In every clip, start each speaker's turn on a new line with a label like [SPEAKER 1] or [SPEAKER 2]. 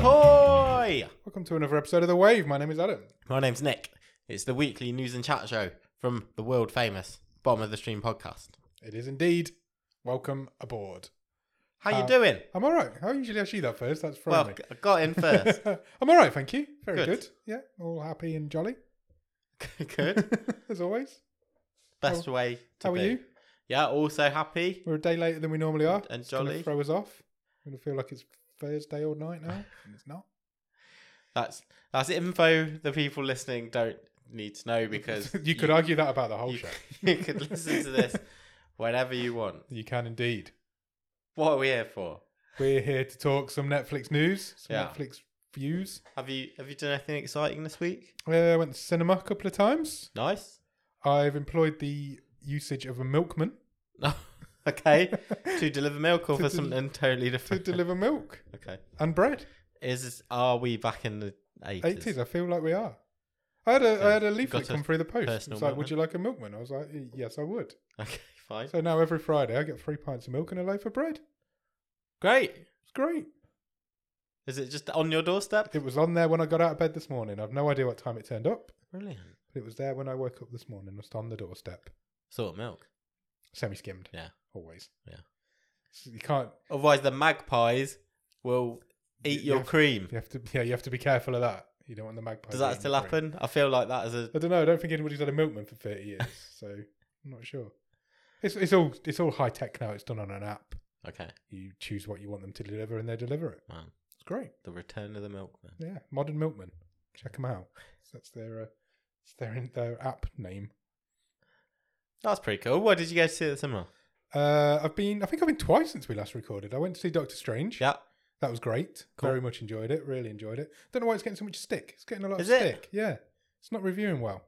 [SPEAKER 1] Oh.
[SPEAKER 2] to another episode of The Wave. My name is Adam.
[SPEAKER 1] My name's Nick. It's the weekly news and chat show from the world famous Bottom of the Stream podcast.
[SPEAKER 2] It is indeed. Welcome aboard.
[SPEAKER 1] How you
[SPEAKER 2] Uh,
[SPEAKER 1] doing?
[SPEAKER 2] I'm all right. I usually I see that first. That's from
[SPEAKER 1] Well,
[SPEAKER 2] me.
[SPEAKER 1] I got in first.
[SPEAKER 2] I'm all right, thank you. Very
[SPEAKER 1] Good.
[SPEAKER 2] good. Yeah, all happy and jolly
[SPEAKER 1] Good.
[SPEAKER 2] as always.
[SPEAKER 1] Best way to
[SPEAKER 2] How are
[SPEAKER 1] be.
[SPEAKER 2] you?
[SPEAKER 1] Yeah, also happy.
[SPEAKER 2] We're a day later than we normally are.
[SPEAKER 1] And
[SPEAKER 2] It's gonna
[SPEAKER 1] jolly.
[SPEAKER 2] throw us off. I'm gonna feel like it's Thursday all night now, and it's not.
[SPEAKER 1] That's that's info the people listening don't need to know because
[SPEAKER 2] you could argue that about the whole
[SPEAKER 1] you,
[SPEAKER 2] show.
[SPEAKER 1] you could listen to this whenever you want.
[SPEAKER 2] You can indeed.
[SPEAKER 1] What are we here for?
[SPEAKER 2] We're here to talk some Netflix news, some
[SPEAKER 1] Yeah.
[SPEAKER 2] Netflix views.
[SPEAKER 1] Have you have you done anything exciting this week?
[SPEAKER 2] Uh, I went to cinema a couple of times.
[SPEAKER 1] Nice.
[SPEAKER 2] I've employed the usage of a milkman
[SPEAKER 1] okay. to deliver milk
[SPEAKER 2] To
[SPEAKER 1] or for
[SPEAKER 2] del-
[SPEAKER 1] something totally
[SPEAKER 2] to
[SPEAKER 1] different.
[SPEAKER 2] deliver milk
[SPEAKER 1] okay.
[SPEAKER 2] and bread.
[SPEAKER 1] Is are we back in the
[SPEAKER 2] Eighties,
[SPEAKER 1] eighties?
[SPEAKER 2] I feel like we are. I had a I
[SPEAKER 1] Yeah.
[SPEAKER 2] had a
[SPEAKER 1] Got
[SPEAKER 2] leaflet
[SPEAKER 1] a
[SPEAKER 2] come through the post. It's like,
[SPEAKER 1] personal
[SPEAKER 2] would you like a milkman? I was like, yes, I would.
[SPEAKER 1] Okay, fine.
[SPEAKER 2] So now every Friday I get three pints of milk and a loaf of bread.
[SPEAKER 1] Great.
[SPEAKER 2] It's great.
[SPEAKER 1] Is it just on your doorstep?
[SPEAKER 2] It was on there when I got out of bed this morning. I've no idea what time it turned up,
[SPEAKER 1] Brilliant.
[SPEAKER 2] but it was there when I woke up this morning, just on the doorstep,
[SPEAKER 1] Sort of milk.
[SPEAKER 2] semi skimmed.
[SPEAKER 1] Yeah.
[SPEAKER 2] always.
[SPEAKER 1] Yeah.
[SPEAKER 2] So you can't.
[SPEAKER 1] Otherwise, the magpies will eat
[SPEAKER 2] You-
[SPEAKER 1] your
[SPEAKER 2] you have-
[SPEAKER 1] cream.
[SPEAKER 2] You have to. Yeah, you have to be careful of that. You don't want the magpie.
[SPEAKER 1] Does that
[SPEAKER 2] eating
[SPEAKER 1] still
[SPEAKER 2] your brain.
[SPEAKER 1] happen? I feel like that is a.
[SPEAKER 2] I don't know. I don't think anybody's had a milkman for thirty years, so I'm not sure. It's it's all it's all high tech now. It's done on an app.
[SPEAKER 1] Okay.
[SPEAKER 2] You choose what you want them to deliver, and they deliver it.
[SPEAKER 1] Wow.
[SPEAKER 2] It's great.
[SPEAKER 1] The return of the milkman.
[SPEAKER 2] Yeah, modern milkman. Check them out. So that's their uh, it's their their app name.
[SPEAKER 1] That's pretty cool. What did you guys see at the cinema?
[SPEAKER 2] Uh, I've been I think I've been twice since we last recorded. I went to see Doctor Strange.
[SPEAKER 1] Yeah.
[SPEAKER 2] That was great.
[SPEAKER 1] Cool.
[SPEAKER 2] Very much enjoyed it. Really enjoyed it. Don't know why it's getting so much stick. It's getting a lot
[SPEAKER 1] Is
[SPEAKER 2] of
[SPEAKER 1] it?
[SPEAKER 2] stick. Yeah. It's not reviewing well.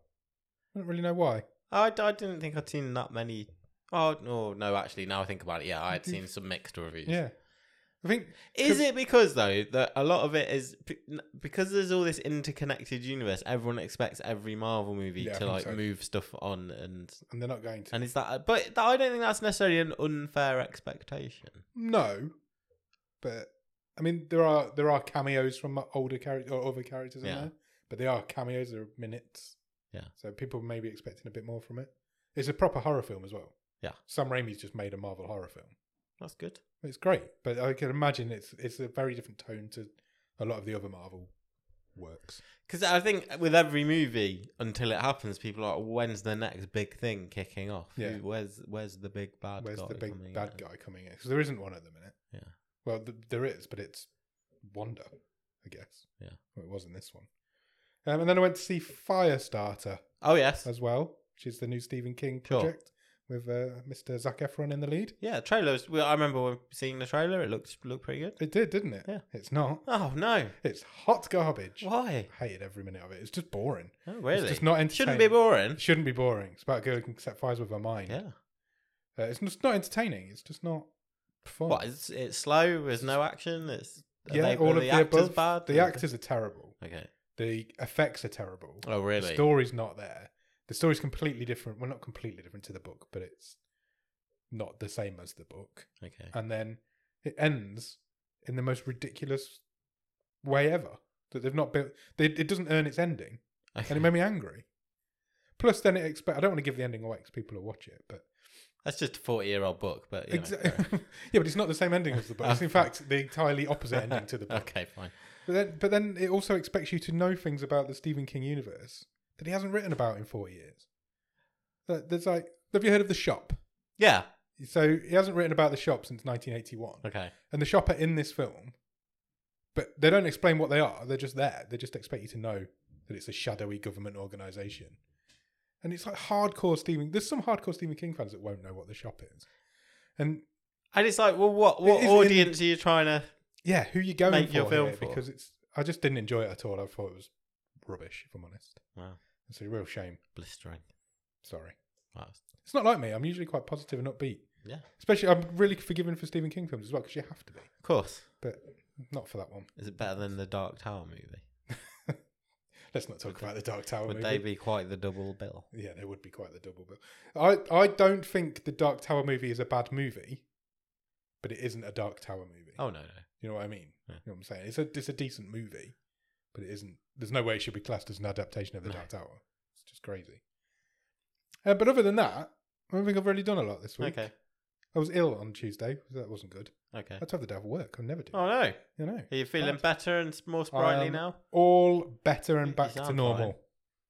[SPEAKER 2] I don't really know why.
[SPEAKER 1] Oh, I, I didn't think I'd seen that many. Oh no, no, actually, now I think about it, yeah, I had seen some mixed reviews.
[SPEAKER 2] Yeah. I think
[SPEAKER 1] Is it because though that a lot of it is because there's all this interconnected universe, everyone expects every Marvel movie
[SPEAKER 2] Yeah, I
[SPEAKER 1] to
[SPEAKER 2] think
[SPEAKER 1] like
[SPEAKER 2] so.
[SPEAKER 1] move stuff on and
[SPEAKER 2] and they're not going to.
[SPEAKER 1] and is that uh, but I don't think that's necessarily an unfair expectation.
[SPEAKER 2] No, but I mean there are there are cameos from older characters or other characters in
[SPEAKER 1] Yeah.
[SPEAKER 2] there, but they are cameos. They're minutes.
[SPEAKER 1] Yeah.
[SPEAKER 2] So people may be expecting a bit more from it. It's a proper horror film as well.
[SPEAKER 1] Yeah.
[SPEAKER 2] Sam Raimi's just made a Marvel horror film.
[SPEAKER 1] That's good.
[SPEAKER 2] It's great, but I can imagine it's it's a very different tone to a lot of the other Marvel works.
[SPEAKER 1] Because I think with every movie, until it happens, people are like, "When's the next big thing kicking off?
[SPEAKER 2] Yeah.
[SPEAKER 1] Who- Where's Where's the big bad?
[SPEAKER 2] Where's
[SPEAKER 1] guy
[SPEAKER 2] the big
[SPEAKER 1] coming
[SPEAKER 2] bad
[SPEAKER 1] in?"
[SPEAKER 2] guy coming in? Because there isn't one at the minute.
[SPEAKER 1] uh, Yeah.
[SPEAKER 2] Well, th- there is, but it's Wanda, I guess.
[SPEAKER 1] Yeah.
[SPEAKER 2] Well, it was in this one. Um, and then I went to see Firestarter.
[SPEAKER 1] Oh yes,
[SPEAKER 2] as well, which is the new Stephen King
[SPEAKER 1] Sure.
[SPEAKER 2] project with uh, Mr. Zac Efron in the lead.
[SPEAKER 1] yeah. Trailers. Well, I remember when seeing the trailer. It looked looked pretty good.
[SPEAKER 2] It did, didn't it?
[SPEAKER 1] Yeah.
[SPEAKER 2] It's not.
[SPEAKER 1] Oh no,
[SPEAKER 2] It's hot garbage.
[SPEAKER 1] why?
[SPEAKER 2] I hated every minute of it. It's just boring.
[SPEAKER 1] Oh, really?
[SPEAKER 2] It's just not entertaining.
[SPEAKER 1] Shouldn't be boring.
[SPEAKER 2] It shouldn't be boring. It's about a girl who can set fires with her mind.
[SPEAKER 1] Yeah.
[SPEAKER 2] Uh, it's just not entertaining. It's just not fun.
[SPEAKER 1] What? It's it's slow. There's no action. It's are
[SPEAKER 2] yeah,
[SPEAKER 1] they-
[SPEAKER 2] all
[SPEAKER 1] are
[SPEAKER 2] of
[SPEAKER 1] the,
[SPEAKER 2] the,
[SPEAKER 1] actors
[SPEAKER 2] above.
[SPEAKER 1] bad.
[SPEAKER 2] The actors are terrible.
[SPEAKER 1] Okay.
[SPEAKER 2] The effects are terrible.
[SPEAKER 1] Oh really?
[SPEAKER 2] The story's not there. The story's completely different. Well, not completely different to the book, but it's not the same as the book.
[SPEAKER 1] Okay.
[SPEAKER 2] and then it ends in the most ridiculous way ever that they've not built they, it doesn't earn its ending and
[SPEAKER 1] okay.
[SPEAKER 2] it made me angry plus then it expect i don't want to give the ending away because people will watch it but
[SPEAKER 1] That's just a forty-year-old book, but you know,
[SPEAKER 2] Exa-
[SPEAKER 1] fair enough.
[SPEAKER 2] yeah but it's not the same ending as the book it's in fact the entirely opposite ending to the book
[SPEAKER 1] okay, fine.
[SPEAKER 2] but then but then it also expects you to know things about the stephen king universe that he hasn't written about in four years That- there's like have you heard of the shop
[SPEAKER 1] Yeah.
[SPEAKER 2] so he hasn't written about the shop since 1981
[SPEAKER 1] Okay.
[SPEAKER 2] and the shop are in this film, but they don't explain what they are. They're just there. They just expect you to know that it's a shadowy government organization. And it's like hardcore Stephen. There's some hardcore Stephen King fans that won't know what the shop is. And
[SPEAKER 1] And it's like, well, what what
[SPEAKER 2] is in-
[SPEAKER 1] audience are you trying to?
[SPEAKER 2] yeah, who you going
[SPEAKER 1] Make
[SPEAKER 2] for,
[SPEAKER 1] your film
[SPEAKER 2] here?
[SPEAKER 1] for.
[SPEAKER 2] Because it's. I just didn't enjoy it at all. I thought it was rubbish. If I'm honest,
[SPEAKER 1] Wow,
[SPEAKER 2] it's a real shame.
[SPEAKER 1] blistering.
[SPEAKER 2] Sorry,
[SPEAKER 1] Wow. that's-
[SPEAKER 2] it's not like me. I'm usually quite positive and upbeat.
[SPEAKER 1] Yeah,
[SPEAKER 2] Especially, I'm really forgiving for Stephen King films as well because you have to be,
[SPEAKER 1] of course.
[SPEAKER 2] but not for that one.
[SPEAKER 1] Is it better than the Dark Tower movie?
[SPEAKER 2] Let's not talk about the Dark Tower.
[SPEAKER 1] Would
[SPEAKER 2] movie.
[SPEAKER 1] they be quite the double bill?
[SPEAKER 2] Yeah, they would be quite the double bill. I I don't think the Dark Tower movie is a bad movie, but it isn't a Dark Tower movie.
[SPEAKER 1] Oh no, no.
[SPEAKER 2] You know what I mean?
[SPEAKER 1] Yeah.
[SPEAKER 2] You know what I'm saying? It's a it's a decent movie, but it isn't. There's no way it should be classed as an adaptation of the
[SPEAKER 1] No.
[SPEAKER 2] Dark Tower. It's just crazy. Uh, but other than that, I don't think I've really done a lot this week.
[SPEAKER 1] Okay.
[SPEAKER 2] I was ill on Tuesday. so That wasn't good.
[SPEAKER 1] Okay.
[SPEAKER 2] I'd have the day off work. I never do.
[SPEAKER 1] Oh no.
[SPEAKER 2] You know,
[SPEAKER 1] Are you feeling
[SPEAKER 2] Bad.
[SPEAKER 1] better and s- more sprightly
[SPEAKER 2] Um,
[SPEAKER 1] now?
[SPEAKER 2] all better
[SPEAKER 1] You-
[SPEAKER 2] and
[SPEAKER 1] you
[SPEAKER 2] back to
[SPEAKER 1] sound
[SPEAKER 2] normal.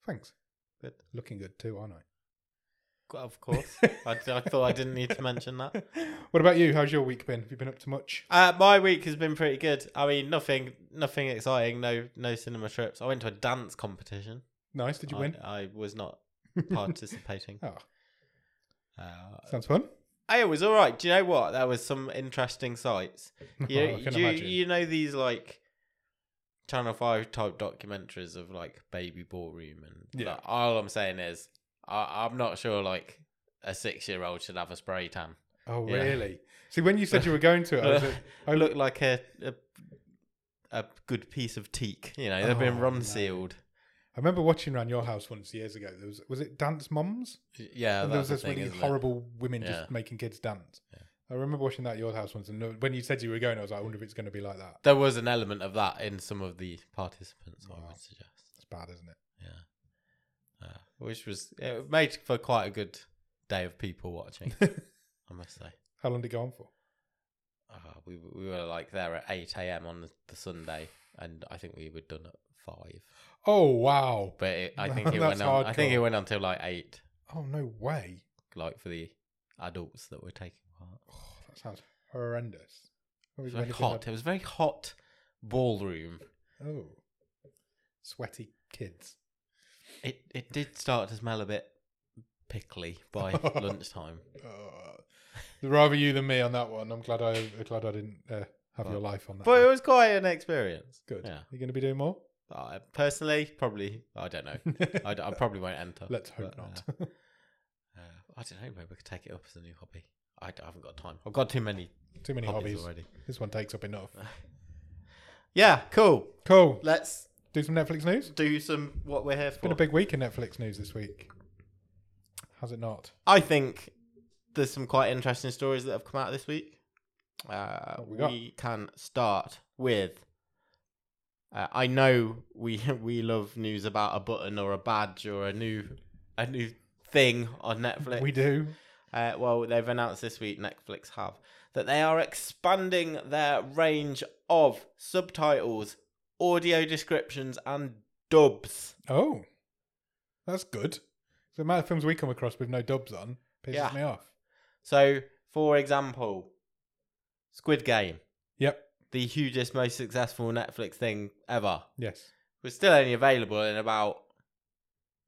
[SPEAKER 2] Thanks.
[SPEAKER 1] Good.
[SPEAKER 2] Looking good too, aren't I?
[SPEAKER 1] Of course. I, d- I thought I didn't need to mention that.
[SPEAKER 2] What about you? How's your week been? Have you been up to much?
[SPEAKER 1] Uh, my week has been pretty good. I mean, nothing, nothing exciting. No, no cinema trips. I went to a dance competition.
[SPEAKER 2] Nice. Did you
[SPEAKER 1] I,
[SPEAKER 2] win?
[SPEAKER 1] I was not participating.
[SPEAKER 2] Oh,
[SPEAKER 1] uh,
[SPEAKER 2] sounds fun.
[SPEAKER 1] Hey, it was all right. Do you know what? There was some interesting sights. You,
[SPEAKER 2] Oh, I can
[SPEAKER 1] you,
[SPEAKER 2] imagine.
[SPEAKER 1] you know these like Channel Five type documentaries of like baby ballroom and
[SPEAKER 2] Yeah.
[SPEAKER 1] like, all I'm saying is I, I'm not sure like a six year old should have a spray tan.
[SPEAKER 2] oh,
[SPEAKER 1] yeah.
[SPEAKER 2] really? See, when you said you were going to it, I was like,
[SPEAKER 1] I look like a, a a good piece of teak. You know, they've been
[SPEAKER 2] Oh,
[SPEAKER 1] run
[SPEAKER 2] no.
[SPEAKER 1] sealed.
[SPEAKER 2] I remember watching around your house once years ago. There was was it Dance Moms?
[SPEAKER 1] Yeah,
[SPEAKER 2] and there
[SPEAKER 1] Oh,
[SPEAKER 2] was
[SPEAKER 1] that's the
[SPEAKER 2] this
[SPEAKER 1] thing,
[SPEAKER 2] really
[SPEAKER 1] isn't it?
[SPEAKER 2] horrible women
[SPEAKER 1] Yeah.
[SPEAKER 2] just making kids dance. I remember watching that at your house once, and when you said you were going, I was like, I wonder if it's going to be like that.
[SPEAKER 1] There was an element of that in some of the participants. I
[SPEAKER 2] Wow.
[SPEAKER 1] would suggest.
[SPEAKER 2] It's bad, isn't it?
[SPEAKER 1] Yeah. Uh, which was it made for quite a good day of people watching, I must say.
[SPEAKER 2] How long did it go on for?
[SPEAKER 1] Uh, we w- we were like there at eight a.m. on the, the Sunday, and I think we were done at five.
[SPEAKER 2] Oh wow!
[SPEAKER 1] But it, I think it
[SPEAKER 2] That's
[SPEAKER 1] went on. I think it
[SPEAKER 2] hardcore.
[SPEAKER 1] went on till like eight,
[SPEAKER 2] Oh no way!
[SPEAKER 1] like for the adults that were taking part.
[SPEAKER 2] Oh, that sounds horrendous. What was
[SPEAKER 1] It was very
[SPEAKER 2] anything
[SPEAKER 1] hot. It was very hot ballroom.
[SPEAKER 2] that- Oh, sweaty kids.
[SPEAKER 1] It it did start to smell a bit pickly by lunchtime.
[SPEAKER 2] Ugh. rather you than me on that one. I'm glad I I'm glad I didn't uh, have
[SPEAKER 1] Well,
[SPEAKER 2] your life on that.
[SPEAKER 1] But it
[SPEAKER 2] one.
[SPEAKER 1] was quite an experience.
[SPEAKER 2] Good.
[SPEAKER 1] Yeah.
[SPEAKER 2] You going to be doing more?
[SPEAKER 1] Uh, personally, probably I don't know. I, d- I probably won't enter.
[SPEAKER 2] Let's hope
[SPEAKER 1] Uh, but,
[SPEAKER 2] not.
[SPEAKER 1] uh, uh, I don't know. Maybe we could take it up as a new hobby. I, d- I haven't got time. I've got too many,
[SPEAKER 2] Too many
[SPEAKER 1] hobbies,
[SPEAKER 2] hobbies.
[SPEAKER 1] already.
[SPEAKER 2] This one takes up enough.
[SPEAKER 1] Yeah, cool.
[SPEAKER 2] Cool.
[SPEAKER 1] Let's
[SPEAKER 2] Do some Netflix news.
[SPEAKER 1] do some what we're here
[SPEAKER 2] It's been
[SPEAKER 1] for.
[SPEAKER 2] a big week in Netflix news this week. Has it not?
[SPEAKER 1] I think there's some quite interesting stories that have come out this week. Uh,
[SPEAKER 2] What we
[SPEAKER 1] we,
[SPEAKER 2] got?
[SPEAKER 1] can start with. Uh, I know we we love news about a button or a badge or a new a new thing on Netflix.
[SPEAKER 2] We do.
[SPEAKER 1] Uh, well, they've announced this week, Netflix have, that they are expanding their range of subtitles, audio descriptions, and dubs.
[SPEAKER 2] Oh, that's good. The amount of films we come across with no dubs on pisses
[SPEAKER 1] Yeah.
[SPEAKER 2] me off.
[SPEAKER 1] So, for example, Squid Game,
[SPEAKER 2] Yep.
[SPEAKER 1] the hugest, most successful Netflix thing ever,
[SPEAKER 2] Yes.
[SPEAKER 1] was still only available in about,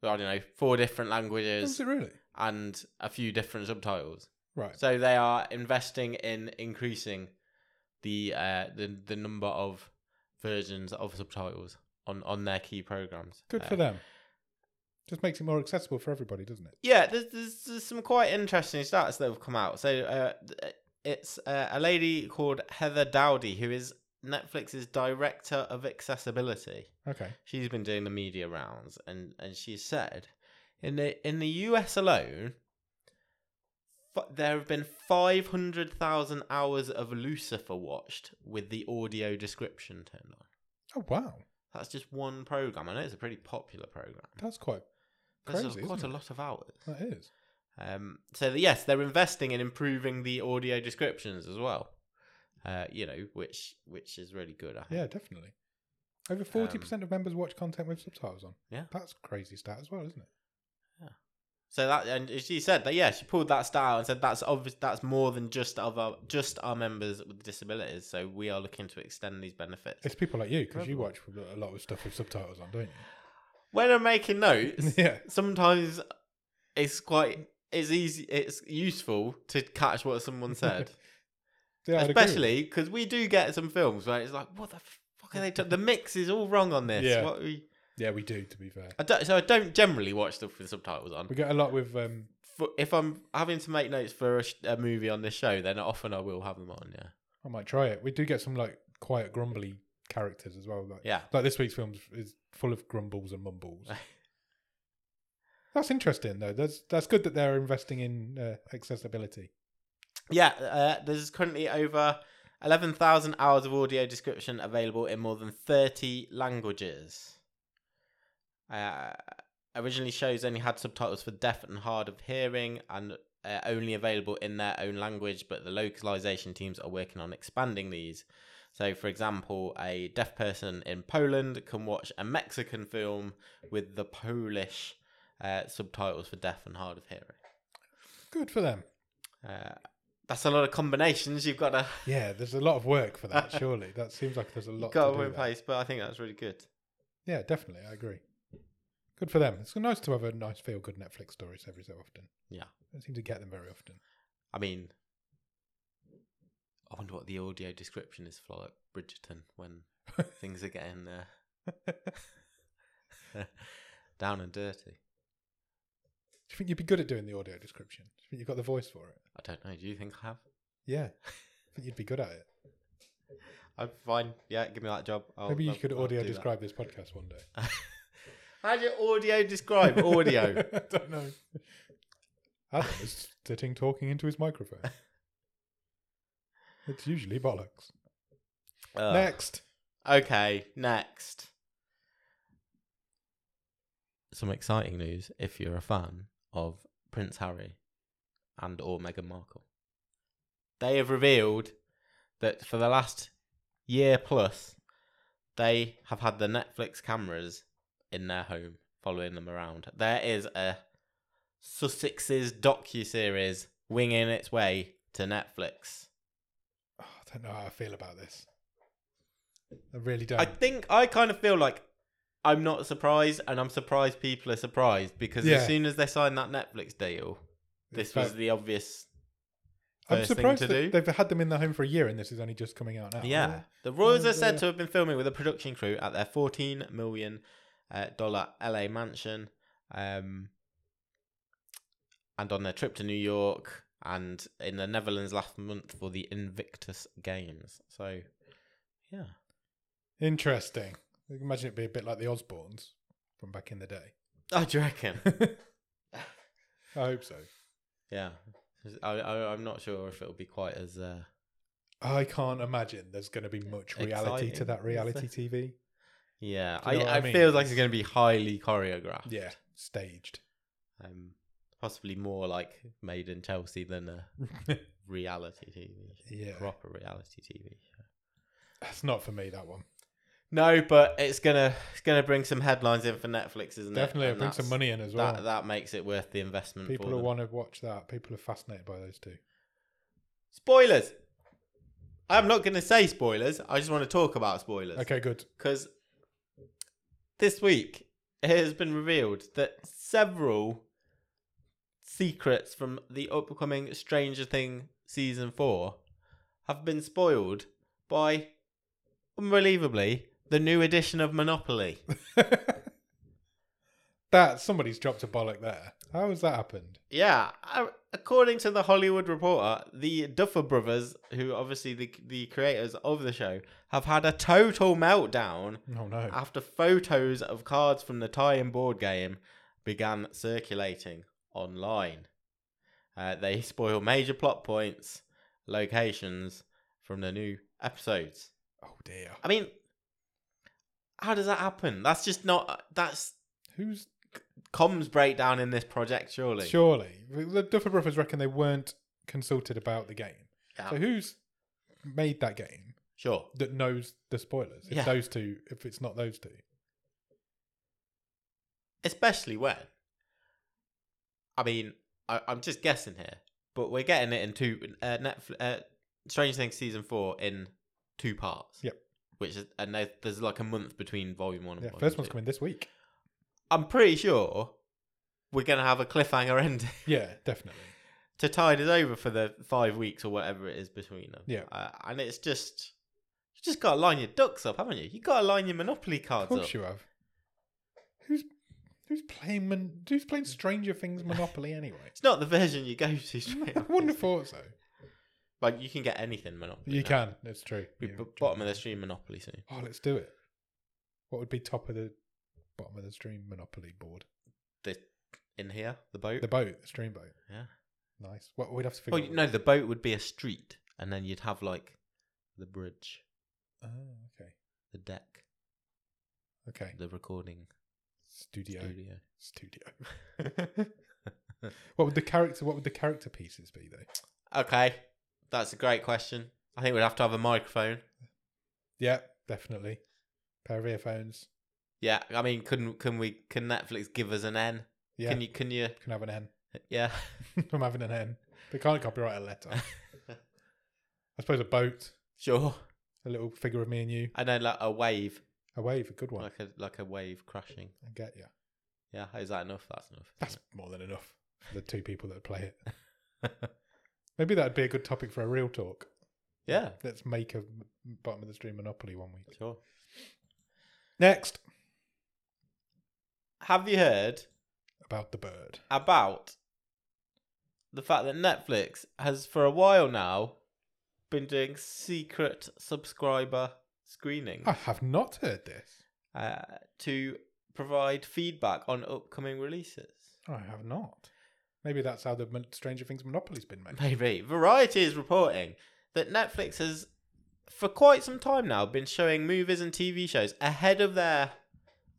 [SPEAKER 1] I don't know, four different
[SPEAKER 2] Is
[SPEAKER 1] languages
[SPEAKER 2] it really?
[SPEAKER 1] and a few different subtitles.
[SPEAKER 2] Right.
[SPEAKER 1] So they are investing in increasing the uh, the the number of versions of subtitles on on their key programs.
[SPEAKER 2] Good
[SPEAKER 1] Uh,
[SPEAKER 2] for them. Just makes it more accessible for everybody, doesn't it?
[SPEAKER 1] Yeah, there's, there's, there's some quite interesting stats that have come out. So uh, th- it's uh, a lady called Heather Dowdy who is Netflix's director of accessibility.
[SPEAKER 2] Okay.
[SPEAKER 1] She's been doing the media rounds, and and she said, in the in the U.S. alone, f- there have been five hundred thousand hours of Lucifer watched with the audio description turned on.
[SPEAKER 2] Oh wow,
[SPEAKER 1] That's just one program. I know it's a pretty popular program.
[SPEAKER 2] that's quite
[SPEAKER 1] There's
[SPEAKER 2] Crazy,
[SPEAKER 1] a, quite
[SPEAKER 2] isn't
[SPEAKER 1] a
[SPEAKER 2] it?
[SPEAKER 1] lot of hours.
[SPEAKER 2] that is.
[SPEAKER 1] Um, so that, yes, they're investing in improving the audio descriptions as well. Uh, you know, which which is really good. I think.
[SPEAKER 2] Yeah, definitely. Over forty percent of members watch content with subtitles on.
[SPEAKER 1] Um, Yeah.
[SPEAKER 2] That's a crazy stat as well, isn't it?
[SPEAKER 1] So that and she said that yeah, she pulled that stat out and said that's obvious that's more than just of our just our members with disabilities. So we are looking to extend these benefits.
[SPEAKER 2] It's people like you because you
[SPEAKER 1] Incredible.
[SPEAKER 2] watch a lot of stuff with subtitles on, don't
[SPEAKER 1] When I'm making
[SPEAKER 2] you?
[SPEAKER 1] notes,
[SPEAKER 2] yeah.
[SPEAKER 1] sometimes it's quite it's easy it's useful to catch what someone said,
[SPEAKER 2] yeah I'd agree with
[SPEAKER 1] especially because we do get some films where it's like what the fuck are they? T-? The mix is all wrong on this.
[SPEAKER 2] Yeah.
[SPEAKER 1] What are we-
[SPEAKER 2] you. Yeah, we do. To be fair,
[SPEAKER 1] I don't, so I don't generally watch stuff with subtitles on.
[SPEAKER 2] we get a lot with um,
[SPEAKER 1] For, if I'm having to make notes for a, sh- a movie on this show, then often I will have them on. Yeah.
[SPEAKER 2] I might try it. We do get some like quiet, grumbly characters as well. Like,
[SPEAKER 1] Yeah.
[SPEAKER 2] like this week's film is full of grumbles and mumbles. that's interesting though. That's that's good that they're investing in uh, accessibility.
[SPEAKER 1] Yeah, uh, there's currently over 11,000 hours of audio description available in more than 30 languages. Uh, originally, shows only had subtitles for deaf and hard of hearing and uh, only available in their own language, but the localization teams are working on expanding these. So, for example, a deaf person in Poland can watch a Mexican film with the Polish uh, subtitles for deaf and hard of hearing.
[SPEAKER 2] Good for them.
[SPEAKER 1] Uh, that's a lot of combinations you've got to
[SPEAKER 2] Yeah, there's a lot of work for that. Surely that seems like there's a lot.
[SPEAKER 1] got
[SPEAKER 2] to
[SPEAKER 1] to
[SPEAKER 2] do
[SPEAKER 1] in
[SPEAKER 2] there.
[SPEAKER 1] place, but I think that's really good.
[SPEAKER 2] Yeah, definitely, I agree. Good for them. It's nice to have a nice feel-good Netflix stories every so often.
[SPEAKER 1] Yeah.
[SPEAKER 2] don't seem to get them very often.
[SPEAKER 1] I mean, I wonder what the audio description is for like Bridgerton when things are getting uh, down and dirty.
[SPEAKER 2] Do you think you'd be good at doing the audio description? Do you think you've got the voice for it?
[SPEAKER 1] I don't know. Do you think I have?
[SPEAKER 2] Yeah, I think you'd be good at it.
[SPEAKER 1] I'm fine. Yeah, give me that job. I'll,
[SPEAKER 2] Maybe you
[SPEAKER 1] I'll-
[SPEAKER 2] could
[SPEAKER 1] I'll
[SPEAKER 2] audio
[SPEAKER 1] do that.
[SPEAKER 2] describe this podcast one day.
[SPEAKER 1] How do you audio describe audio?
[SPEAKER 2] I don't know. Adam is sitting talking into his microphone. It's usually bollocks.
[SPEAKER 1] Ugh.
[SPEAKER 2] Next.
[SPEAKER 1] Okay, next. Some exciting news if you're a fan of Prince Harry and or Meghan Markle. They have revealed that for the last year plus, they have had the Netflix cameras in their home following them around. There is a Sussex's docu-series winging its way to Netflix.
[SPEAKER 2] Oh, I don't know how I feel about this. I really don't.
[SPEAKER 1] I think I kind of feel like I'm not surprised, and I'm surprised people are surprised because
[SPEAKER 2] Yeah.
[SPEAKER 1] as soon as they signed that Netflix deal, this was
[SPEAKER 2] But
[SPEAKER 1] the obvious.
[SPEAKER 2] I'm
[SPEAKER 1] first thing
[SPEAKER 2] surprised
[SPEAKER 1] to
[SPEAKER 2] that
[SPEAKER 1] do.
[SPEAKER 2] they've had them in their home for a year and this is only just coming out now.
[SPEAKER 1] yeah, the royals
[SPEAKER 2] Yeah,
[SPEAKER 1] are said
[SPEAKER 2] yeah.
[SPEAKER 1] to have been filming with a production crew at their 14 million uh, dollar LA mansion, um, and on their trip to New York and in the Netherlands last month for the Invictus Games. So, yeah,
[SPEAKER 2] Interesting. I can imagine it'd be a bit like the Osbournes from back in the day.
[SPEAKER 1] oh, do you reckon?
[SPEAKER 2] I hope so.
[SPEAKER 1] Yeah, I, I, I'm not sure if it'll be quite as uh,
[SPEAKER 2] I can't imagine there's going to be much reality to
[SPEAKER 1] Exciting,
[SPEAKER 2] that reality TV.
[SPEAKER 1] yeah.
[SPEAKER 2] Do you know
[SPEAKER 1] I,
[SPEAKER 2] what I
[SPEAKER 1] I,
[SPEAKER 2] mean?
[SPEAKER 1] feel like it's going to be highly choreographed.
[SPEAKER 2] Yeah, staged.
[SPEAKER 1] um, possibly more like made in Chelsea than a reality TV, show,
[SPEAKER 2] Yeah.
[SPEAKER 1] proper reality TV. show.
[SPEAKER 2] That's not for me, that one.
[SPEAKER 1] No, but it's gonna it's gonna bring some headlines in for Netflix, isn't
[SPEAKER 2] Definitely,
[SPEAKER 1] it?
[SPEAKER 2] it
[SPEAKER 1] And
[SPEAKER 2] brings some
[SPEAKER 1] that's-
[SPEAKER 2] money in as well.
[SPEAKER 1] That that makes it worth the investment.
[SPEAKER 2] People
[SPEAKER 1] for
[SPEAKER 2] who
[SPEAKER 1] them.
[SPEAKER 2] want to watch that, people are fascinated by those two.
[SPEAKER 1] spoilers. I'm not going to say spoilers. I just want to talk about spoilers.
[SPEAKER 2] Okay, good.
[SPEAKER 1] because this week it has been revealed that several secrets from the upcoming Stranger Thing season four have been spoiled by, unbelievably, the new edition of Monopoly.
[SPEAKER 2] that somebody's dropped a bollock there. How has that happened?
[SPEAKER 1] yeah, I- according to the Hollywood Reporter, the Duffer Brothers, who obviously the the creators of the show, have had a total meltdown
[SPEAKER 2] Oh no.
[SPEAKER 1] after photos of cards from the tie-in board game began circulating online. Uh, they spoil major plot points, locations from the new episodes.
[SPEAKER 2] Oh dear.
[SPEAKER 1] I mean, how does that happen? That's just not that's
[SPEAKER 2] Who's
[SPEAKER 1] comms breakdown in this project, surely.
[SPEAKER 2] surely the Duffer Brothers reckon they weren't consulted about the game.
[SPEAKER 1] Yeah.
[SPEAKER 2] So who's made that game
[SPEAKER 1] sure.
[SPEAKER 2] that knows the spoilers? If
[SPEAKER 1] Yeah.
[SPEAKER 2] those two, if it's not those two,
[SPEAKER 1] especially when i mean I, i'm just guessing here but we're getting it in two uh, Netflix, uh strange things season four in two parts
[SPEAKER 2] Yep.
[SPEAKER 1] which is and there, there's like a month between volume one and
[SPEAKER 2] yeah,
[SPEAKER 1] volume
[SPEAKER 2] first one's
[SPEAKER 1] two.
[SPEAKER 2] coming this week.
[SPEAKER 1] i'm pretty sure we're gonna have a cliffhanger ending
[SPEAKER 2] Yeah, definitely.
[SPEAKER 1] to tide us over for the five weeks or whatever it is between them
[SPEAKER 2] Yeah.
[SPEAKER 1] uh, and it's just you just gotta line your ducks up haven't you you gotta line your monopoly
[SPEAKER 2] Of
[SPEAKER 1] cards up
[SPEAKER 2] course you have. Who's who's playing Mon- who's playing Stranger Things Monopoly anyway?
[SPEAKER 1] it's not the version you go to straight
[SPEAKER 2] I
[SPEAKER 1] off,
[SPEAKER 2] wouldn't have
[SPEAKER 1] is it?
[SPEAKER 2] thought so.
[SPEAKER 1] like you can get anything monopoly
[SPEAKER 2] You
[SPEAKER 1] now.
[SPEAKER 2] can. It's true.
[SPEAKER 1] Be
[SPEAKER 2] Yeah,
[SPEAKER 1] b-
[SPEAKER 2] true.
[SPEAKER 1] bottom of the stream Monopoly soon.
[SPEAKER 2] Oh, let's do it. What would be top of the bottom of the stream Monopoly board?
[SPEAKER 1] The in here, the boat.
[SPEAKER 2] The boat, the stream boat.
[SPEAKER 1] Yeah.
[SPEAKER 2] Nice. What we'd have to
[SPEAKER 1] oh
[SPEAKER 2] figure. out
[SPEAKER 1] no, the boat would be a street, and then you'd have like the bridge,
[SPEAKER 2] Oh, okay.
[SPEAKER 1] the deck,
[SPEAKER 2] Okay.
[SPEAKER 1] the recording
[SPEAKER 2] Studio.
[SPEAKER 1] studio.
[SPEAKER 2] Studio. What would the character? What would the character pieces be though?
[SPEAKER 1] okay, that's a great question. I think we'd have to have a microphone.
[SPEAKER 2] Yeah, definitely. Pair of earphones.
[SPEAKER 1] Yeah, I mean, can can we can Netflix give us an N?
[SPEAKER 2] Yeah.
[SPEAKER 1] Can you can you
[SPEAKER 2] Can have an N.
[SPEAKER 1] yeah?
[SPEAKER 2] I'm having an N. They can't copyright a letter. I suppose a boat.
[SPEAKER 1] sure.
[SPEAKER 2] A little figure of me and you.
[SPEAKER 1] I know like a wave,
[SPEAKER 2] A wave. A good one.
[SPEAKER 1] like a like a wave crashing.
[SPEAKER 2] I get you.
[SPEAKER 1] Yeah, is that enough? That's enough.
[SPEAKER 2] That's more than enough. for The two people that play it. Maybe that'd be a good topic for a real talk.
[SPEAKER 1] yeah,
[SPEAKER 2] Let's make a m- bottom of the stream Monopoly one week.
[SPEAKER 1] sure.
[SPEAKER 2] Next
[SPEAKER 1] Have you heard
[SPEAKER 2] about the bird.
[SPEAKER 1] about the fact that Netflix has for a while now been doing secret subscriber screening
[SPEAKER 2] I have not heard this.
[SPEAKER 1] uh, to provide feedback on upcoming releases?
[SPEAKER 2] I have not. Maybe that's how the Mon- Stranger Things Monopoly's been made.
[SPEAKER 1] Maybe. Variety is reporting that Netflix has, for quite some time now, been showing movies and TV shows ahead of their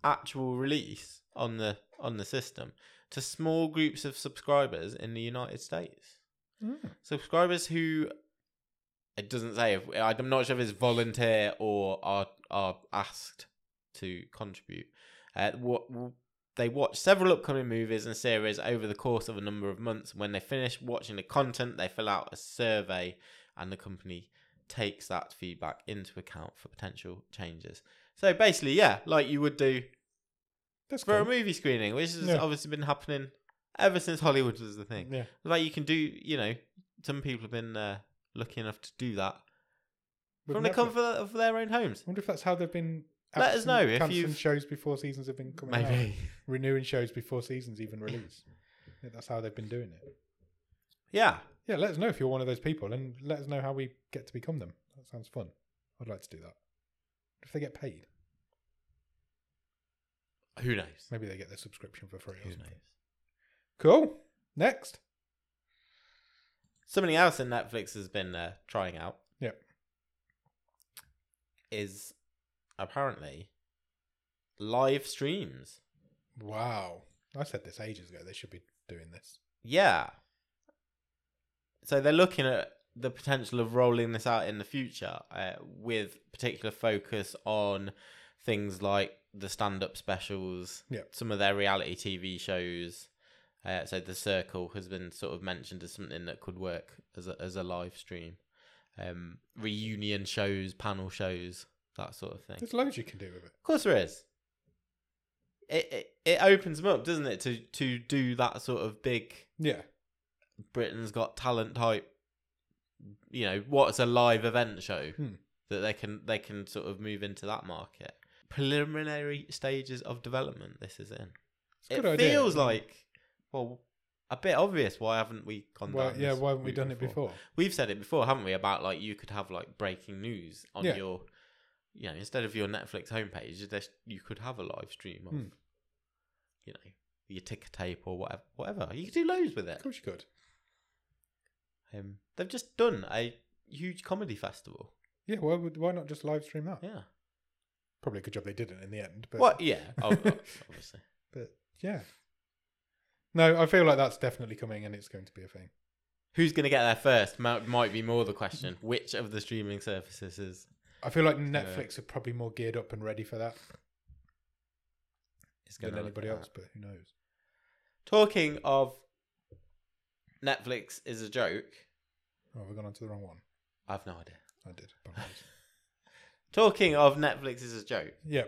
[SPEAKER 1] actual release on the on the system to small groups of subscribers in the United States. Hmm.
[SPEAKER 2] Mm.
[SPEAKER 1] subscribers who it doesn't say if I'm not sure if it's volunteer or are are asked to contribute. Uh, what they watch several upcoming movies and series over the course of a number of months. When they finish watching the content, they fill out a survey, and the company takes that feedback into account for potential changes. So basically, yeah, like you would do
[SPEAKER 2] That's
[SPEAKER 1] for
[SPEAKER 2] cool.
[SPEAKER 1] a movie screening, which has
[SPEAKER 2] Yeah.
[SPEAKER 1] obviously been happening ever since Hollywood was the thing
[SPEAKER 2] Yeah.
[SPEAKER 1] like you can do you know some people have been uh, lucky enough to do that
[SPEAKER 2] With
[SPEAKER 1] from the
[SPEAKER 2] Netflix.
[SPEAKER 1] comfort of their own homes
[SPEAKER 2] I wonder if that's how they've been.
[SPEAKER 1] Let us
[SPEAKER 2] absent-
[SPEAKER 1] know if
[SPEAKER 2] cancelling
[SPEAKER 1] you've-
[SPEAKER 2] shows before seasons have been coming out.
[SPEAKER 1] maybe
[SPEAKER 2] renewing shows before seasons even release. I think that's how they've been doing it.
[SPEAKER 1] yeah
[SPEAKER 2] Yeah, let us know if you're one of those people, and let us know how we get to become them. That sounds fun. I'd like to do that. If they get paid,
[SPEAKER 1] who knows
[SPEAKER 2] maybe they get their subscription for free. Or
[SPEAKER 1] who knows
[SPEAKER 2] something. Cool. Next.
[SPEAKER 1] something else that netflix has been uh, trying out
[SPEAKER 2] Yep.
[SPEAKER 1] is apparently live streams
[SPEAKER 2] Wow. I said this ages ago. They should be doing this.
[SPEAKER 1] yeah so they're looking at the potential of rolling this out in the future uh, with particular focus on things like the stand-up specials
[SPEAKER 2] Yeah.
[SPEAKER 1] some of their reality tv shows uh, so the circle has been sort of mentioned as something that could work as a, as a live stream um, reunion shows panel shows that sort of thing
[SPEAKER 2] There's loads you can do with it.
[SPEAKER 1] of course there is. It, it it opens them up, doesn't it, to to do that sort of big
[SPEAKER 2] Yeah.
[SPEAKER 1] Britain's Got Talent type, you know, what's a live event show
[SPEAKER 2] Hmm.
[SPEAKER 1] that they can they can sort of move into that market. Preliminary stages of development. This is in.
[SPEAKER 2] It's a
[SPEAKER 1] it
[SPEAKER 2] good idea.
[SPEAKER 1] feels like well, a bit obvious. Why haven't we gone
[SPEAKER 2] Well,
[SPEAKER 1] down?
[SPEAKER 2] yeah,
[SPEAKER 1] this
[SPEAKER 2] why haven't we
[SPEAKER 1] route
[SPEAKER 2] done it before?
[SPEAKER 1] We've said it before, haven't we? About like you could have like breaking news on
[SPEAKER 2] Yeah.
[SPEAKER 1] your, you know, instead of your Netflix homepage, there's- you could have a live stream of,
[SPEAKER 2] Hmm.
[SPEAKER 1] you know, your ticker tape or whatever. Whatever you could do loads with it.
[SPEAKER 2] Of course you could.
[SPEAKER 1] Um, they've just done a huge comedy festival.
[SPEAKER 2] Yeah, why would why not just live stream that?
[SPEAKER 1] Yeah.
[SPEAKER 2] Probably a good job they didn't in the end. But
[SPEAKER 1] What? Yeah. Oh, oh, obviously.
[SPEAKER 2] But yeah. No, I feel like that's definitely coming and it's going to be a thing.
[SPEAKER 1] Who's going to get there first might, might be more the question. Which of the streaming services is
[SPEAKER 2] I feel like Netflix are probably more geared up and ready for that
[SPEAKER 1] is going
[SPEAKER 2] than
[SPEAKER 1] to
[SPEAKER 2] anybody else, but who knows?
[SPEAKER 1] Talking of Netflix is a joke.
[SPEAKER 2] Oh, we've gone on to the wrong one.
[SPEAKER 1] I've no idea.
[SPEAKER 2] I did. apologise.
[SPEAKER 1] Talking of Netflix is a joke.
[SPEAKER 2] yeah.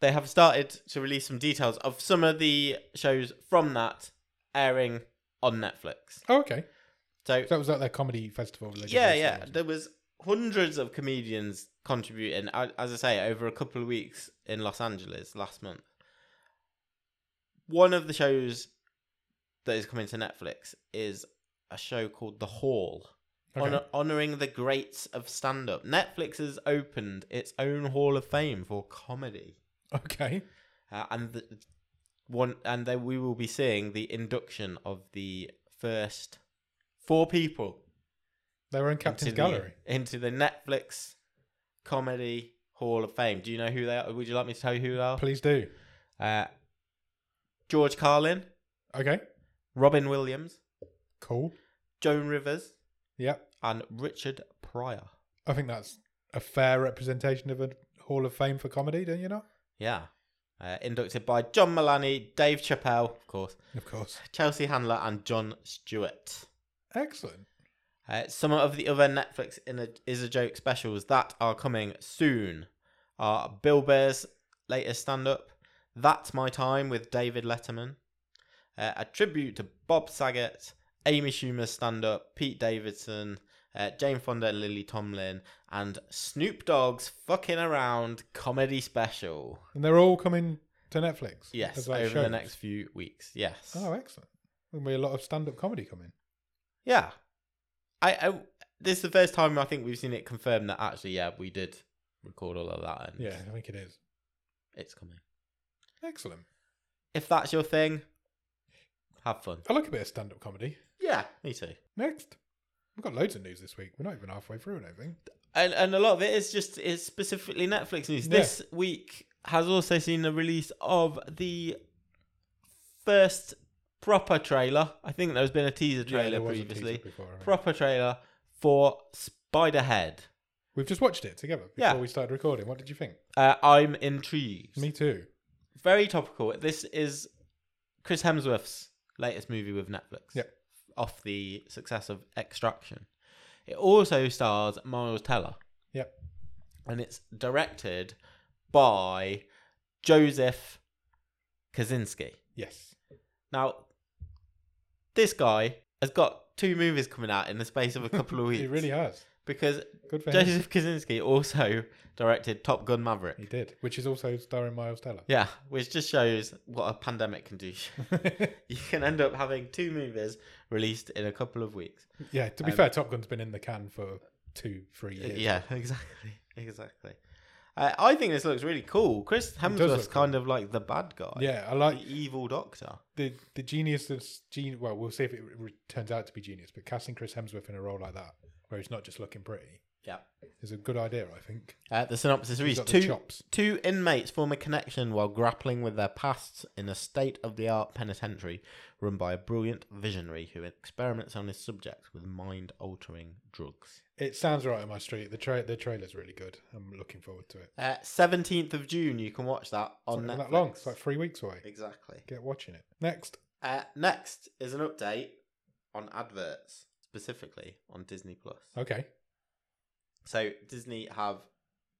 [SPEAKER 1] They have started to release some details of some of the shows from that airing on Netflix.
[SPEAKER 2] Oh, okay.
[SPEAKER 1] So
[SPEAKER 2] So that was like their comedy festival. they did
[SPEAKER 1] yeah
[SPEAKER 2] this
[SPEAKER 1] yeah
[SPEAKER 2] thing.
[SPEAKER 1] there was hundreds of comedians contributing a- as i say over a couple of weeks in los angeles last month one of the shows that is coming to netflix is a show called the hall
[SPEAKER 2] Okay.
[SPEAKER 1] honor- honoring the greats of stand-up netflix has opened its own hall of fame for comedy
[SPEAKER 2] Okay.
[SPEAKER 1] uh, and the, one and then we will be seeing the induction of the first four people
[SPEAKER 2] Their own Captain's
[SPEAKER 1] into
[SPEAKER 2] Gallery.
[SPEAKER 1] The, into the Netflix Comedy Hall of Fame. Do you know who they are? Would you like me to tell you who they are?
[SPEAKER 2] Please do.
[SPEAKER 1] Uh, George Carlin,
[SPEAKER 2] Okay.
[SPEAKER 1] Robin Williams,
[SPEAKER 2] Cool.
[SPEAKER 1] Joan Rivers,
[SPEAKER 2] Yep.
[SPEAKER 1] and Richard Pryor.
[SPEAKER 2] I think that's a fair representation of a Hall of Fame for comedy, don't you not?
[SPEAKER 1] Yeah. Uh, inducted by John Mullaney, Dave Chappelle, of course,
[SPEAKER 2] Of course.
[SPEAKER 1] Chelsea Handler, and John Stewart.
[SPEAKER 2] Excellent.
[SPEAKER 1] Uh, some of the other Netflix in a, is a joke specials that are coming soon are Bill Burr's latest stand up, That's My Time with David Letterman, uh, a tribute to Bob Saget, Amy Schumer's stand up, Pete Davidson, uh, Jane Fonda and Lily Tomlin, and Snoop Dogg's Fucking Around comedy special.
[SPEAKER 2] And they're all coming to Netflix.
[SPEAKER 1] Yes,
[SPEAKER 2] as, like,
[SPEAKER 1] over the
[SPEAKER 2] shows.
[SPEAKER 1] next few weeks. Yes.
[SPEAKER 2] Oh, excellent. There'll be a lot of stand up comedy coming.
[SPEAKER 1] Yeah. I, I this is the first time I think we've seen it confirmed that actually, yeah, we did record all of that and
[SPEAKER 2] Yeah, I think it is.
[SPEAKER 1] it's coming.
[SPEAKER 2] Excellent.
[SPEAKER 1] If that's your thing, have fun.
[SPEAKER 2] I like a bit of stand up comedy.
[SPEAKER 1] Yeah, me too.
[SPEAKER 2] Next. We've got loads of news this week. We're not even halfway through, I don't think.
[SPEAKER 1] And and a lot of it is just is specifically Netflix news.
[SPEAKER 2] Yeah.
[SPEAKER 1] This week has also seen the release of the first proper trailer. I think there's been a teaser
[SPEAKER 2] Yeah,
[SPEAKER 1] trailer
[SPEAKER 2] there was a teaser
[SPEAKER 1] previously.
[SPEAKER 2] before, I remember.
[SPEAKER 1] Proper trailer for Spiderhead.
[SPEAKER 2] We've just watched it together before
[SPEAKER 1] Yeah.
[SPEAKER 2] we started recording. What did you think?
[SPEAKER 1] Uh, I'm intrigued.
[SPEAKER 2] Me too.
[SPEAKER 1] very topical. This is Chris Hemsworth's latest movie with Netflix.
[SPEAKER 2] Yep.
[SPEAKER 1] Off the success of Extraction. It also stars Miles Teller.
[SPEAKER 2] Yep.
[SPEAKER 1] And it's directed by Joseph Kaczynski.
[SPEAKER 2] Yes.
[SPEAKER 1] Now, this guy has got two movies coming out in the space of a couple of weeks.
[SPEAKER 2] He really has.
[SPEAKER 1] Because
[SPEAKER 2] Good for him.
[SPEAKER 1] Joseph Kaczynski also directed Top Gun Maverick.
[SPEAKER 2] He did, which is also starring Miles Teller.
[SPEAKER 1] Yeah, which just shows what a pandemic can do. you can end up having two movies released in a couple of weeks.
[SPEAKER 2] yeah, to be
[SPEAKER 1] Um, uh,
[SPEAKER 2] fair, Top Gun's been in the can for two, three years.
[SPEAKER 1] Yeah, exactly, exactly. Uh, I think this looks really cool. Chris
[SPEAKER 2] does
[SPEAKER 1] Hemsworth's
[SPEAKER 2] look cool.
[SPEAKER 1] kind of like the bad guy,
[SPEAKER 2] Yeah, I
[SPEAKER 1] the
[SPEAKER 2] like
[SPEAKER 1] evil doctor.
[SPEAKER 2] the the genius of gen. Well, we'll see if it re- turns out to be genius. But casting Chris Hemsworth in a role like that, where he's not just looking pretty,
[SPEAKER 1] Yeah.
[SPEAKER 2] is a good idea. I think.
[SPEAKER 1] Uh, the synopsis
[SPEAKER 2] He's
[SPEAKER 1] reads:
[SPEAKER 2] got the
[SPEAKER 1] Two
[SPEAKER 2] chops.
[SPEAKER 1] Two inmates form a connection while grappling with their pasts in a state of the art penitentiary run by a brilliant visionary who experiments on his subjects with mind altering drugs.
[SPEAKER 2] It sounds right on my street. The tra- the trailer's really good. I'm looking forward to it.
[SPEAKER 1] Uh, Seventeenth of June, you can watch that on
[SPEAKER 2] it's not
[SPEAKER 1] Netflix.
[SPEAKER 2] that long. It's like three weeks away.
[SPEAKER 1] Exactly.
[SPEAKER 2] Get watching it next.
[SPEAKER 1] Uh, next is an update on adverts, specifically on Disney Plus.
[SPEAKER 2] Okay.
[SPEAKER 1] So Disney have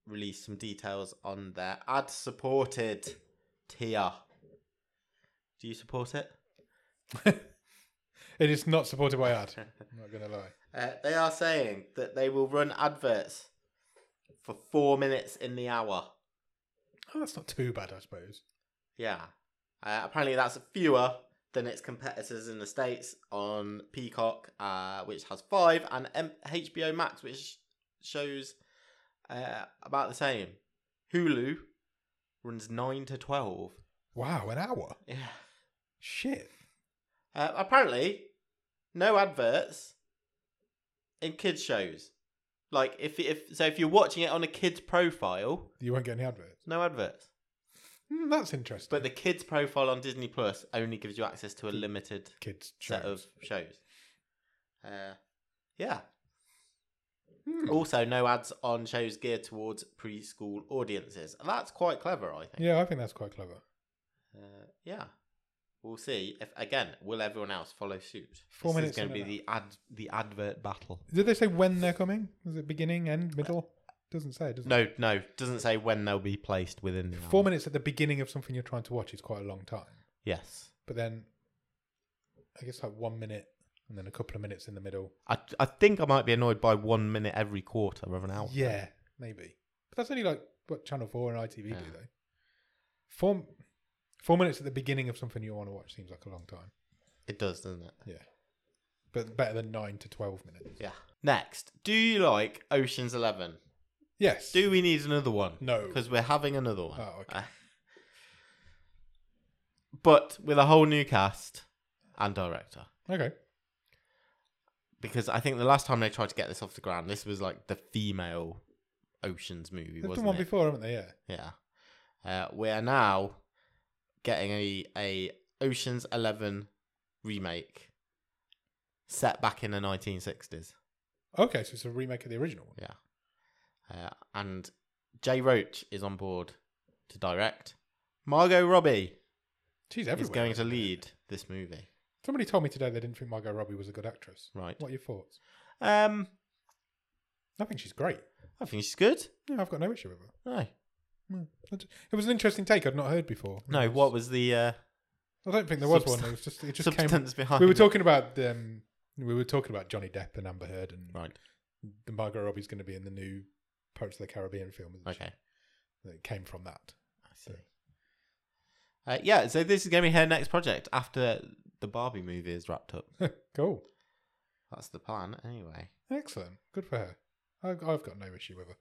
[SPEAKER 1] released some details on their ad-supported tier. Do you support it?
[SPEAKER 2] It is not supported by ad. I'm not gonna lie.
[SPEAKER 1] Uh, they are saying that they will run adverts for four minutes in the hour.
[SPEAKER 2] Oh, that's not too bad, I suppose.
[SPEAKER 1] Yeah. Uh, apparently, that's fewer than its competitors in the States on Peacock, uh, which has five, and M- HBO Max, which shows uh, about the same. Hulu runs 9 to 12.
[SPEAKER 2] Wow, an hour.
[SPEAKER 1] Yeah.
[SPEAKER 2] Shit.
[SPEAKER 1] Uh, apparently, no adverts in kids' shows. Like if if so if you're watching it on a kid's profile,
[SPEAKER 2] You won't get any adverts.
[SPEAKER 1] no adverts.
[SPEAKER 2] Hmm, that's interesting.
[SPEAKER 1] But the kids profile on Disney Plus only gives you access to a limited
[SPEAKER 2] kids
[SPEAKER 1] set
[SPEAKER 2] shows.
[SPEAKER 1] of shows. Uh, yeah.
[SPEAKER 2] Hmm.
[SPEAKER 1] Also, no ads on shows geared towards preschool audiences. That's quite clever, I think.
[SPEAKER 2] Yeah, I think that's quite clever.
[SPEAKER 1] Yeah. Uh, yeah. We'll see if again will everyone else follow suit.
[SPEAKER 2] Four
[SPEAKER 1] this
[SPEAKER 2] minutes
[SPEAKER 1] is going to
[SPEAKER 2] in
[SPEAKER 1] be
[SPEAKER 2] and
[SPEAKER 1] the ad the advert battle.
[SPEAKER 2] Did they say when they're coming? Is it beginning, end, middle? Doesn't say. Doesn't
[SPEAKER 1] No, no, doesn't say when they'll be placed within the
[SPEAKER 2] it? Four
[SPEAKER 1] hour.
[SPEAKER 2] minutes at the beginning of something you're trying to watch is quite a long time.
[SPEAKER 1] Yes.
[SPEAKER 2] But then, I guess like one minute and then a couple of minutes in the middle.
[SPEAKER 1] I, I think I might be annoyed by one minute every quarter of an hour.
[SPEAKER 2] Yeah, maybe. But that's only like what Channel Four and ITV do
[SPEAKER 1] Yeah.
[SPEAKER 2] though. Four four minutes at the beginning of something you want to watch seems like a long time,
[SPEAKER 1] It does, doesn't it?
[SPEAKER 2] but better than nine to twelve minutes.
[SPEAKER 1] Yeah. Next, do you like Ocean's Eleven?
[SPEAKER 2] Yes.
[SPEAKER 1] Do we need another one?
[SPEAKER 2] No.
[SPEAKER 1] Because we're having another one.
[SPEAKER 2] Oh, okay.
[SPEAKER 1] Uh, but with a whole new cast and director.
[SPEAKER 2] Okay.
[SPEAKER 1] because I think the last time they tried to get this off the ground, this was like the female Ocean's movie,
[SPEAKER 2] They've
[SPEAKER 1] wasn't
[SPEAKER 2] done one
[SPEAKER 1] it?
[SPEAKER 2] before, haven't they? Yeah.
[SPEAKER 1] Yeah. Uh, we are now getting a, a Ocean's Eleven remake set back in the 1960s.
[SPEAKER 2] Okay, so it's a remake of the original one.
[SPEAKER 1] Uh, and Jay Roach is on board to direct. Margot Robbie
[SPEAKER 2] She's
[SPEAKER 1] is
[SPEAKER 2] everywhere.
[SPEAKER 1] going to
[SPEAKER 2] isn't she?
[SPEAKER 1] lead this movie.
[SPEAKER 2] Somebody told me today they didn't think Margot Robbie was a good actress.
[SPEAKER 1] Right.
[SPEAKER 2] What are your thoughts?
[SPEAKER 1] Um,
[SPEAKER 2] I think she's great.
[SPEAKER 1] I think she's good.
[SPEAKER 2] Yeah, I've got no issue with her.
[SPEAKER 1] No,
[SPEAKER 2] No. I d- Hmm. It was an interesting take I'd not heard before.
[SPEAKER 1] no. What was the uh,
[SPEAKER 2] I don't think there was
[SPEAKER 1] Substan-
[SPEAKER 2] one. It was just it just came.
[SPEAKER 1] substance behind?
[SPEAKER 2] We were
[SPEAKER 1] it?
[SPEAKER 2] talking about um, we were talking about Johnny Depp and Amber Heard and
[SPEAKER 1] Right.
[SPEAKER 2] the Margot Robbie's going to be in the new Pirates of the Caribbean film. isn't she?
[SPEAKER 1] Okay.
[SPEAKER 2] That came from that.
[SPEAKER 1] I see. Uh, yeah, so this is going to be her next project after the Barbie movie is wrapped up.
[SPEAKER 2] cool.
[SPEAKER 1] That's the plan, anyway.
[SPEAKER 2] Excellent. Good for her. I, I've got no issue with her.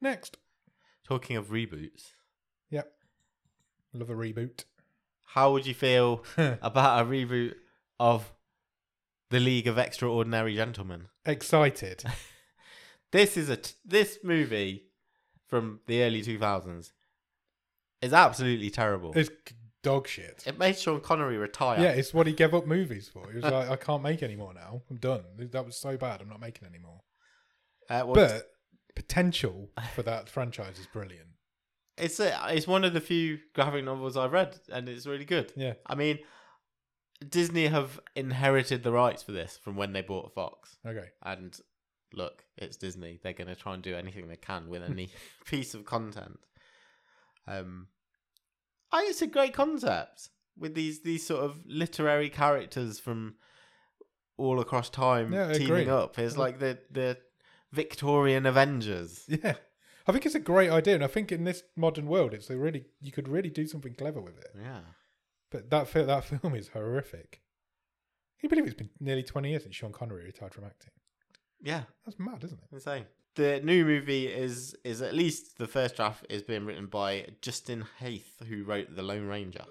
[SPEAKER 2] Next.
[SPEAKER 1] Talking of reboots,
[SPEAKER 2] Yep. Love a reboot.
[SPEAKER 1] how would you feel about a reboot of The League of Extraordinary Gentlemen?
[SPEAKER 2] Excited.
[SPEAKER 1] This is a t- this movie from the early 2000s is absolutely terrible.
[SPEAKER 2] It's g- dog shit.
[SPEAKER 1] It made Sean Connery retire.
[SPEAKER 2] Yeah, it's what he gave up movies for. He was like, I can't make any more now. I'm done. That was so bad. I'm not making any more.
[SPEAKER 1] Uh, well,
[SPEAKER 2] But potential for that franchise is brilliant.
[SPEAKER 1] it's a, it's one of the few graphic novels I've read, and it's really good.
[SPEAKER 2] Yeah.
[SPEAKER 1] I mean, Disney have inherited the rights for this from when they bought Fox.
[SPEAKER 2] Okay.
[SPEAKER 1] And look, it's Disney. They're going to try and do anything they can with any piece of content. Um, I it's a great concept with these these sort of literary characters from all across time
[SPEAKER 2] Yeah, I
[SPEAKER 1] teaming
[SPEAKER 2] agree.
[SPEAKER 1] up. It's like the the Victorian Avengers.
[SPEAKER 2] Yeah. I think it's a great idea, and I think in this modern world, it's a really you could really do something clever with it.
[SPEAKER 1] Yeah.
[SPEAKER 2] But that fi- that film is horrific. Can you believe it's been nearly twenty years since Sean Connery retired from acting?
[SPEAKER 1] Yeah.
[SPEAKER 2] That's mad, isn't it?
[SPEAKER 1] Insane. The new movie is is at least the first draft is being written by Justin Haith, who wrote The Lone Ranger,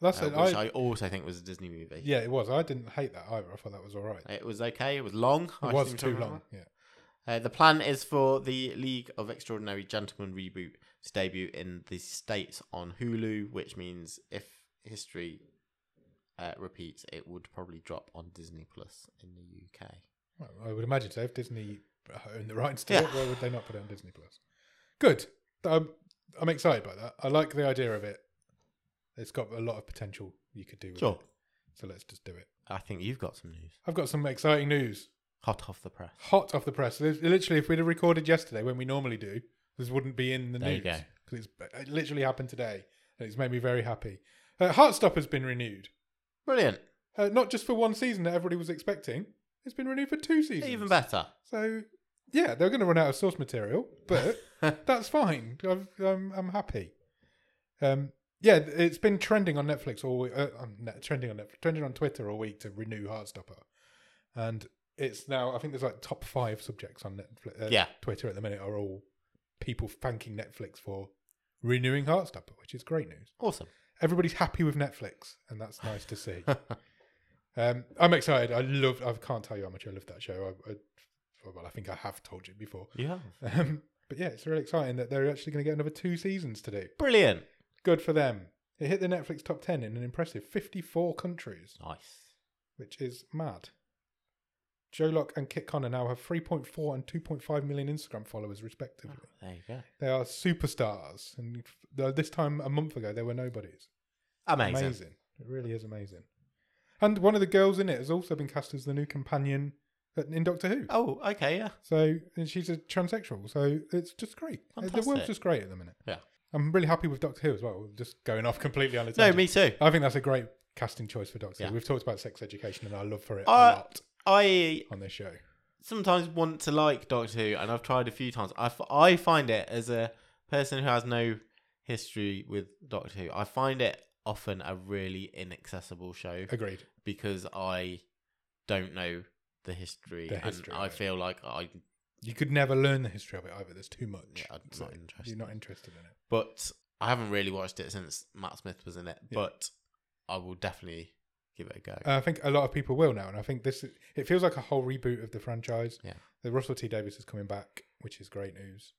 [SPEAKER 2] That's
[SPEAKER 1] uh,
[SPEAKER 2] it.
[SPEAKER 1] which
[SPEAKER 2] I-
[SPEAKER 1] I also think was a Disney movie.
[SPEAKER 2] yeah, it was. I didn't hate that either. I thought that was all right.
[SPEAKER 1] It was okay. It was long.
[SPEAKER 2] It
[SPEAKER 1] I
[SPEAKER 2] was
[SPEAKER 1] seem to
[SPEAKER 2] too
[SPEAKER 1] remember.
[SPEAKER 2] long. Yeah.
[SPEAKER 1] Uh, the plan is for the League of Extraordinary Gentlemen reboot to debut in the States on Hulu, which means if history uh, repeats, it would probably drop on Disney Plus in the UK.
[SPEAKER 2] Well, I would imagine so. If Disney owned the rights to it,
[SPEAKER 1] Yeah.
[SPEAKER 2] why would they not put it on Disney Plus? Good. I'm, I'm excited by that. I like the idea of it. It's got a lot of potential you could do with
[SPEAKER 1] Sure.
[SPEAKER 2] it. So let's just do it.
[SPEAKER 1] I think you've got some news.
[SPEAKER 2] I've got some exciting news.
[SPEAKER 1] Hot off the press.
[SPEAKER 2] Hot off the press. There's- Literally, if we'd have recorded yesterday when we normally do, this wouldn't be in the
[SPEAKER 1] There you
[SPEAKER 2] news.
[SPEAKER 1] go.
[SPEAKER 2] 'Cause it's, it literally happened today. And it's made me very happy. Uh, Heartstopper's been renewed.
[SPEAKER 1] Brilliant.
[SPEAKER 2] Uh, not just for one season that everybody was expecting. It's been renewed for two seasons.
[SPEAKER 1] Even better.
[SPEAKER 2] So yeah, they're going to run out of source material, but that's fine. I've, I'm I'm happy. Um, yeah, it's been trending on Netflix all uh, on net, trending on Netflix, trending on Twitter all week to renew Heartstopper, and it's now I think there's like top five subjects on Netflix. Uh,
[SPEAKER 1] Yeah.
[SPEAKER 2] Twitter at the minute are all people thanking Netflix for renewing Heartstopper, which is great news.
[SPEAKER 1] Awesome.
[SPEAKER 2] Everybody's happy with Netflix, and that's nice to see. Um, I'm excited. I love. I can't tell you how much I love that show. I, I, well, I think I have told you before.
[SPEAKER 1] yeah.
[SPEAKER 2] Um, but yeah, it's really exciting that they're actually going to get another two seasons to do.
[SPEAKER 1] Brilliant.
[SPEAKER 2] Good for them. It hit the Netflix top ten in an impressive 54 countries,
[SPEAKER 1] Nice.
[SPEAKER 2] which is mad. Joe Locke and Kit Connor now have 3.4 and 2.5 million Instagram followers, respectively.
[SPEAKER 1] There you go.
[SPEAKER 2] They are superstars, and f- uh, this time a month ago they were nobodies.
[SPEAKER 1] Amazing.
[SPEAKER 2] It really is amazing. And one of the girls in it has also been cast as the new companion at- in Doctor Who.
[SPEAKER 1] Oh, okay, yeah.
[SPEAKER 2] So and she's a transsexual. So it's just great. The
[SPEAKER 1] Fantastic.
[SPEAKER 2] world's just great at the minute.
[SPEAKER 1] Yeah.
[SPEAKER 2] I'm really happy with Doctor Who as well. Just going off completely on a
[SPEAKER 1] No,
[SPEAKER 2] tangent.
[SPEAKER 1] me too.
[SPEAKER 2] I think that's a great casting choice for Doctor.
[SPEAKER 1] Yeah.
[SPEAKER 2] Who. We've talked about sex education and our love for it
[SPEAKER 1] Uh,
[SPEAKER 2] a lot
[SPEAKER 1] I
[SPEAKER 2] on this show.
[SPEAKER 1] sometimes want to like Doctor Who, and I've tried a few times. I, f- I find it as a person who has no history with Doctor Who, I find it often a really inaccessible show
[SPEAKER 2] Agreed.
[SPEAKER 1] because I don't know the history,
[SPEAKER 2] The history
[SPEAKER 1] and I
[SPEAKER 2] of it.
[SPEAKER 1] feel like I,
[SPEAKER 2] You could never learn the history of it either. There's too much.
[SPEAKER 1] yeah, I'm
[SPEAKER 2] So
[SPEAKER 1] not interested.
[SPEAKER 2] You're not interested in it.
[SPEAKER 1] but I haven't really watched it since Matt Smith was in it.
[SPEAKER 2] Yeah. Uh,
[SPEAKER 1] But I will definitely give it a go.
[SPEAKER 2] And I think a lot of people will now, and I think this is- it feels like a whole reboot of the franchise.
[SPEAKER 1] Yeah.
[SPEAKER 2] the Russell T Davis is coming back, which is great news,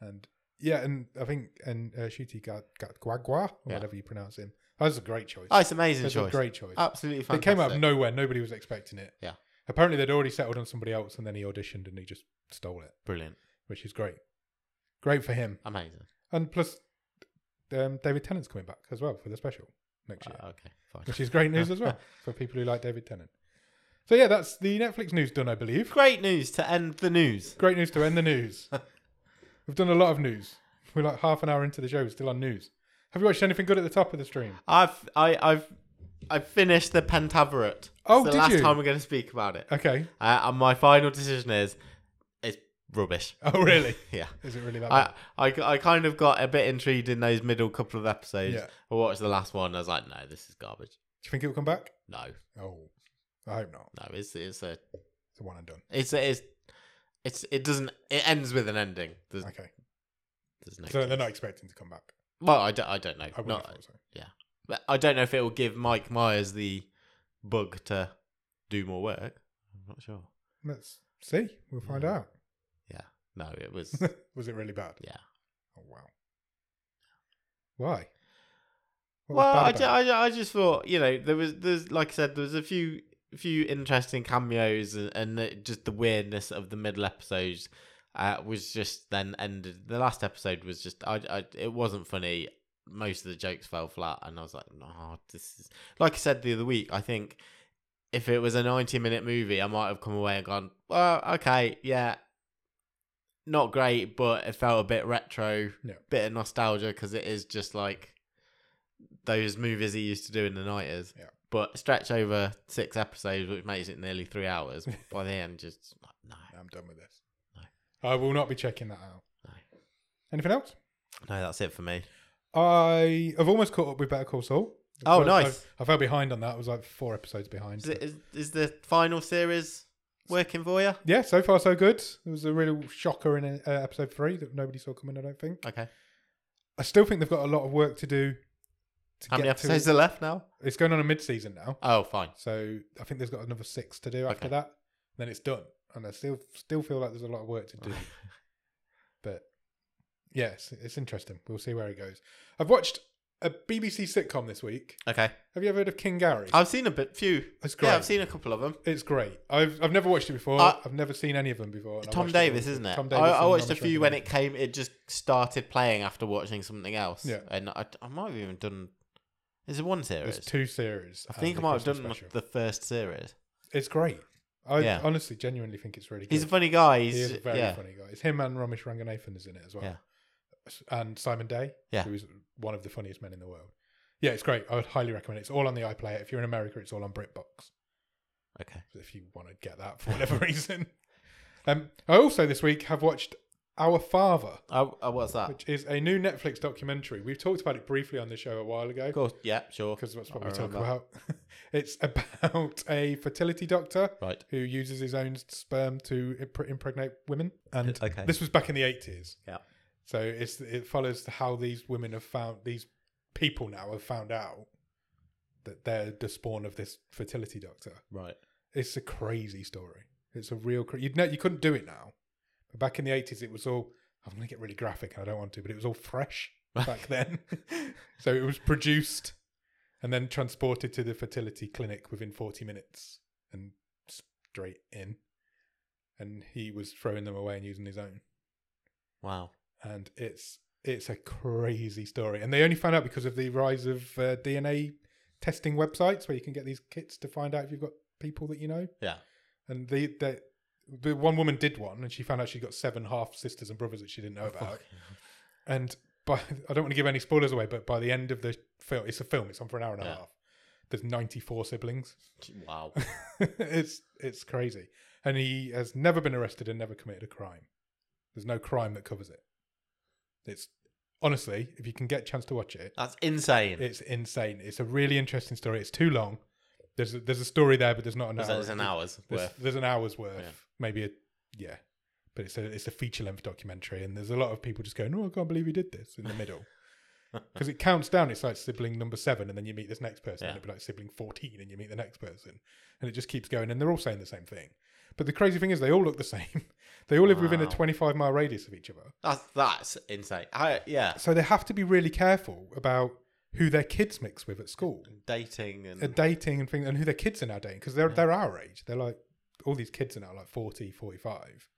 [SPEAKER 2] and yeah, and I think and uh, Shuti Ga- Ga- Gwagwa, or
[SPEAKER 1] Yeah.
[SPEAKER 2] whatever you pronounce him, that was a great choice.
[SPEAKER 1] oh, it's an amazing
[SPEAKER 2] That's
[SPEAKER 1] choice.
[SPEAKER 2] a great choice.
[SPEAKER 1] Absolutely
[SPEAKER 2] It
[SPEAKER 1] fantastic.
[SPEAKER 2] came out of nowhere; nobody was expecting it.
[SPEAKER 1] Yeah.
[SPEAKER 2] apparently they'd already settled on somebody else, and then he auditioned and he just stole it,
[SPEAKER 1] Brilliant.
[SPEAKER 2] which is great. Great for him,
[SPEAKER 1] Amazing.
[SPEAKER 2] and plus, um, David Tennant's coming back as well for the special next year
[SPEAKER 1] Uh, okay, fine.
[SPEAKER 2] which is great news as well for people who like David Tennant. So yeah, that's the Netflix news done, I believe.
[SPEAKER 1] Great news to end the news.
[SPEAKER 2] Great news to end the news. We've done a lot of news. We're like half an hour into the show, we're still on news. Have you watched anything good at the top of the stream?
[SPEAKER 1] I've I, I've I've finished the Pentaveret.
[SPEAKER 2] Oh,
[SPEAKER 1] it's the
[SPEAKER 2] did
[SPEAKER 1] last
[SPEAKER 2] you?
[SPEAKER 1] time we're going to speak about it.
[SPEAKER 2] Okay.
[SPEAKER 1] Uh, and my final decision is it's rubbish.
[SPEAKER 2] Oh really?
[SPEAKER 1] Yeah.
[SPEAKER 2] Is it really that?
[SPEAKER 1] I, I, I kind of got a bit intrigued in those middle couple of episodes.
[SPEAKER 2] Yeah.
[SPEAKER 1] I watched the last one. And I was like, no, this is garbage.
[SPEAKER 2] Do you think it will come back?
[SPEAKER 1] No,
[SPEAKER 2] Oh, I hope not.
[SPEAKER 1] no, it's it's a
[SPEAKER 2] It's a one and done.
[SPEAKER 1] it's a, it's it's it doesn't it ends with an ending. There's,
[SPEAKER 2] Okay.
[SPEAKER 1] there's no.
[SPEAKER 2] So they're not
[SPEAKER 1] case.
[SPEAKER 2] expecting to come back.
[SPEAKER 1] Well, I don't, I don't know.
[SPEAKER 2] I would
[SPEAKER 1] Not-
[SPEAKER 2] have thought so.
[SPEAKER 1] but I don't know if it will give Mike Myers the bug to do more work. I'm not sure.
[SPEAKER 2] Let's see. We'll find
[SPEAKER 1] Yeah.
[SPEAKER 2] out.
[SPEAKER 1] No, it was
[SPEAKER 2] Was it really bad?
[SPEAKER 1] Mm. yeah.
[SPEAKER 2] Oh wow. Why? What was
[SPEAKER 1] Well,
[SPEAKER 2] bad
[SPEAKER 1] I,
[SPEAKER 2] about
[SPEAKER 1] ju-
[SPEAKER 2] it?
[SPEAKER 1] I, ju- I just thought you know there was there's like I said there was a few few interesting cameos and, and the, just the weirdness of the middle episodes uh, was just then ended. The last episode was just I, I it wasn't funny. Most of the jokes fell flat, and I was like, no, this is like I said the other week. I think if it was a ninety minute movie, I might have come away and gone, well, okay, yeah. Not great, but it felt a bit retro,
[SPEAKER 2] Yeah.
[SPEAKER 1] bit of nostalgia because it is just like those movies he used to do in the nighters.
[SPEAKER 2] Yeah.
[SPEAKER 1] But stretch over six episodes, which makes it nearly three hours. By the end, just like, no,
[SPEAKER 2] I'm done with this.
[SPEAKER 1] No.
[SPEAKER 2] I will not be checking that out.
[SPEAKER 1] No.
[SPEAKER 2] Anything else?
[SPEAKER 1] no, that's it for me.
[SPEAKER 2] I have almost caught up with Better Call Saul.
[SPEAKER 1] Oh,
[SPEAKER 2] I-
[SPEAKER 1] nice.
[SPEAKER 2] I, I fell behind on that. I was like four episodes behind.
[SPEAKER 1] Is, it, is, is the final series working for you?
[SPEAKER 2] yeah, so far so good. There was a real shocker in uh, episode three that nobody saw coming. I don't think.
[SPEAKER 1] Okay.
[SPEAKER 2] I still think they've got a lot of work to do. To
[SPEAKER 1] How many
[SPEAKER 2] get to-
[SPEAKER 1] episodes are left now?
[SPEAKER 2] It's going on a mid-season now,
[SPEAKER 1] Oh, fine.
[SPEAKER 2] so I think there's got another six to do after
[SPEAKER 1] Okay.
[SPEAKER 2] that. Then it's done, and I still still feel like there's a lot of work to do. but yes, it's interesting. We'll see where it goes. I've watched a BBC sitcom this week.
[SPEAKER 1] okay.
[SPEAKER 2] Have you ever heard of King Gary?
[SPEAKER 1] I've seen a bit few.
[SPEAKER 2] it's great.
[SPEAKER 1] Yeah, I've seen a couple of them.
[SPEAKER 2] it's great. I've I've never watched it before.
[SPEAKER 1] Uh,
[SPEAKER 2] I've never seen any of them before. and I
[SPEAKER 1] Tom
[SPEAKER 2] watched it all.
[SPEAKER 1] Davis, isn't it?
[SPEAKER 2] Tom
[SPEAKER 1] I,
[SPEAKER 2] Davis
[SPEAKER 1] I
[SPEAKER 2] and
[SPEAKER 1] watched a
[SPEAKER 2] Armstrong
[SPEAKER 1] few
[SPEAKER 2] and
[SPEAKER 1] when
[SPEAKER 2] Hughes.
[SPEAKER 1] it came. It just started playing after watching something else.
[SPEAKER 2] Yeah.
[SPEAKER 1] And I, I might have even done. Is it one series?
[SPEAKER 2] There's two series.
[SPEAKER 1] I
[SPEAKER 2] and
[SPEAKER 1] think I
[SPEAKER 2] the
[SPEAKER 1] might have done
[SPEAKER 2] Christmas special.
[SPEAKER 1] the first series.
[SPEAKER 2] It's great. I
[SPEAKER 1] Yeah.
[SPEAKER 2] honestly, genuinely think it's really good.
[SPEAKER 1] He's a funny guy.
[SPEAKER 2] He
[SPEAKER 1] He's
[SPEAKER 2] is a very
[SPEAKER 1] yeah.
[SPEAKER 2] funny guy. It's him and Ramesh Ranganathan is in it as well.
[SPEAKER 1] Yeah.
[SPEAKER 2] And Simon Day,
[SPEAKER 1] Yeah.
[SPEAKER 2] who is one of the funniest men in the world. Yeah, it's great. I would highly recommend it. It's all on the iPlayer. If you're in America, it's all on BritBox.
[SPEAKER 1] Okay.
[SPEAKER 2] If you want to get that for whatever reason. Um, I also this week have watched Our Father,
[SPEAKER 1] Oh, oh, what's that?
[SPEAKER 2] which is a new Netflix documentary. We've talked about it briefly on the show a while ago
[SPEAKER 1] Of course. Yeah. Sure.
[SPEAKER 2] because that's what
[SPEAKER 1] I
[SPEAKER 2] we talk
[SPEAKER 1] remember.
[SPEAKER 2] about. it's about a fertility doctor
[SPEAKER 1] Right.
[SPEAKER 2] who uses his own sperm to impre- impregnate women. And
[SPEAKER 1] Uh, Okay.
[SPEAKER 2] this was back in the eighties.
[SPEAKER 1] Yeah.
[SPEAKER 2] So it's it follows how these women have found these people now have found out that they're the spawn of this fertility doctor.
[SPEAKER 1] Right.
[SPEAKER 2] It's a crazy story. It's a real cra- you'd know you couldn't do it now, but back in the eighties it was all. I'm going to get really graphic, and I don't want to, but it was all fresh back then. so it was produced and then transported to the fertility clinic within 40 minutes and straight in. And he was throwing them away and using his own.
[SPEAKER 1] Wow.
[SPEAKER 2] And it's it's a crazy story. And they only found out because of the rise of uh, DNA testing websites where you can get these kits to find out if you've got people that you know.
[SPEAKER 1] Yeah.
[SPEAKER 2] And the the, the one woman did one and she found out she'd got seven half sisters and brothers that she didn't know about.
[SPEAKER 1] Fuck.
[SPEAKER 2] And by I don't want to give any spoilers away, but by the end of the film, it's a film. It's on for an hour and a
[SPEAKER 1] Yeah.
[SPEAKER 2] half. There's 94 siblings.
[SPEAKER 1] Wow.
[SPEAKER 2] it's it's crazy, and he has never been arrested and never committed a crime. There's no crime that covers it. It's honestly, if you can get a chance to watch it,
[SPEAKER 1] That's insane.
[SPEAKER 2] it's insane. It's a really interesting story. It's too long. There's a, there's a story there, but there's not an
[SPEAKER 1] There's
[SPEAKER 2] hour.
[SPEAKER 1] an hour's
[SPEAKER 2] There's,
[SPEAKER 1] worth.
[SPEAKER 2] there's an hour's worth,
[SPEAKER 1] Yeah.
[SPEAKER 2] maybe a yeah, but it's a it's a feature length documentary, and there's a lot of people just going, "Oh, I can't believe he did this" in the middle, because it counts down. It's like sibling number seven, and then you meet this next person,
[SPEAKER 1] Yeah.
[SPEAKER 2] and it'd be like sibling fourteen, and you meet the next person, and it just keeps going. And they're all saying the same thing. But the crazy thing is, they all look the same. They all live within a
[SPEAKER 1] Wow.
[SPEAKER 2] twenty-five mile radius of each other.
[SPEAKER 1] That's that's insane. I yeah,
[SPEAKER 2] So they have to be really careful about who their kids mix with at school,
[SPEAKER 1] dating and
[SPEAKER 2] and dating and things, and who their kids are now dating because they're
[SPEAKER 1] Yeah.
[SPEAKER 2] they're our age. They're like all these kids are now like 40, 45.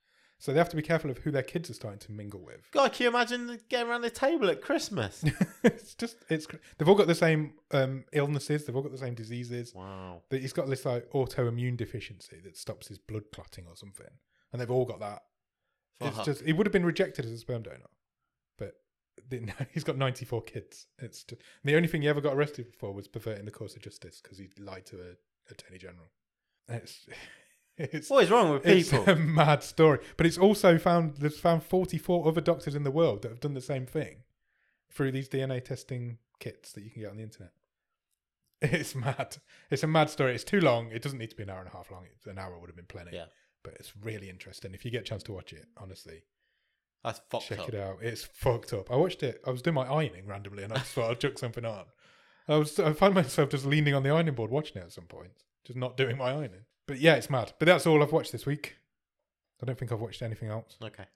[SPEAKER 2] So they have to be careful of who their kids are starting to mingle with.
[SPEAKER 1] God, can you imagine getting around the table at Christmas?
[SPEAKER 2] it's just it's cr- they've all got the same um, illnesses. They've all got the same diseases.
[SPEAKER 1] wow.
[SPEAKER 2] That he's got this like autoimmune deficiency that stops his blood clotting or something, and they've all got that. It's
[SPEAKER 1] Fuck.
[SPEAKER 2] just it would have been rejected as a sperm donor, but the, he's got ninety four kids. It's just, and the only thing he ever got arrested for was perverting the course of justice because he lied to a attorney general. And It's it's
[SPEAKER 1] what is wrong with
[SPEAKER 2] it's
[SPEAKER 1] people?
[SPEAKER 2] a mad story, but it's also found there's found 44 other doctors in the world that have done the same thing through these DNA testing kits that you can get on the internet. It's mad. It's a mad story. It's too long. It doesn't need to be an hour and a half long. It's- An hour would have been plenty.
[SPEAKER 1] Yeah.
[SPEAKER 2] But it's really interesting. If you get a chance to watch it, honestly,
[SPEAKER 1] That's fucked
[SPEAKER 2] check
[SPEAKER 1] up.
[SPEAKER 2] it out. It's fucked up. I watched it. I was doing my ironing randomly, and I just thought I'd chuck something on. I was. I find myself just leaning on the ironing board watching it at some point, just not doing my ironing. But yeah, it's mad. But that's all I've watched this week. I don't think I've watched anything else.
[SPEAKER 1] Okay.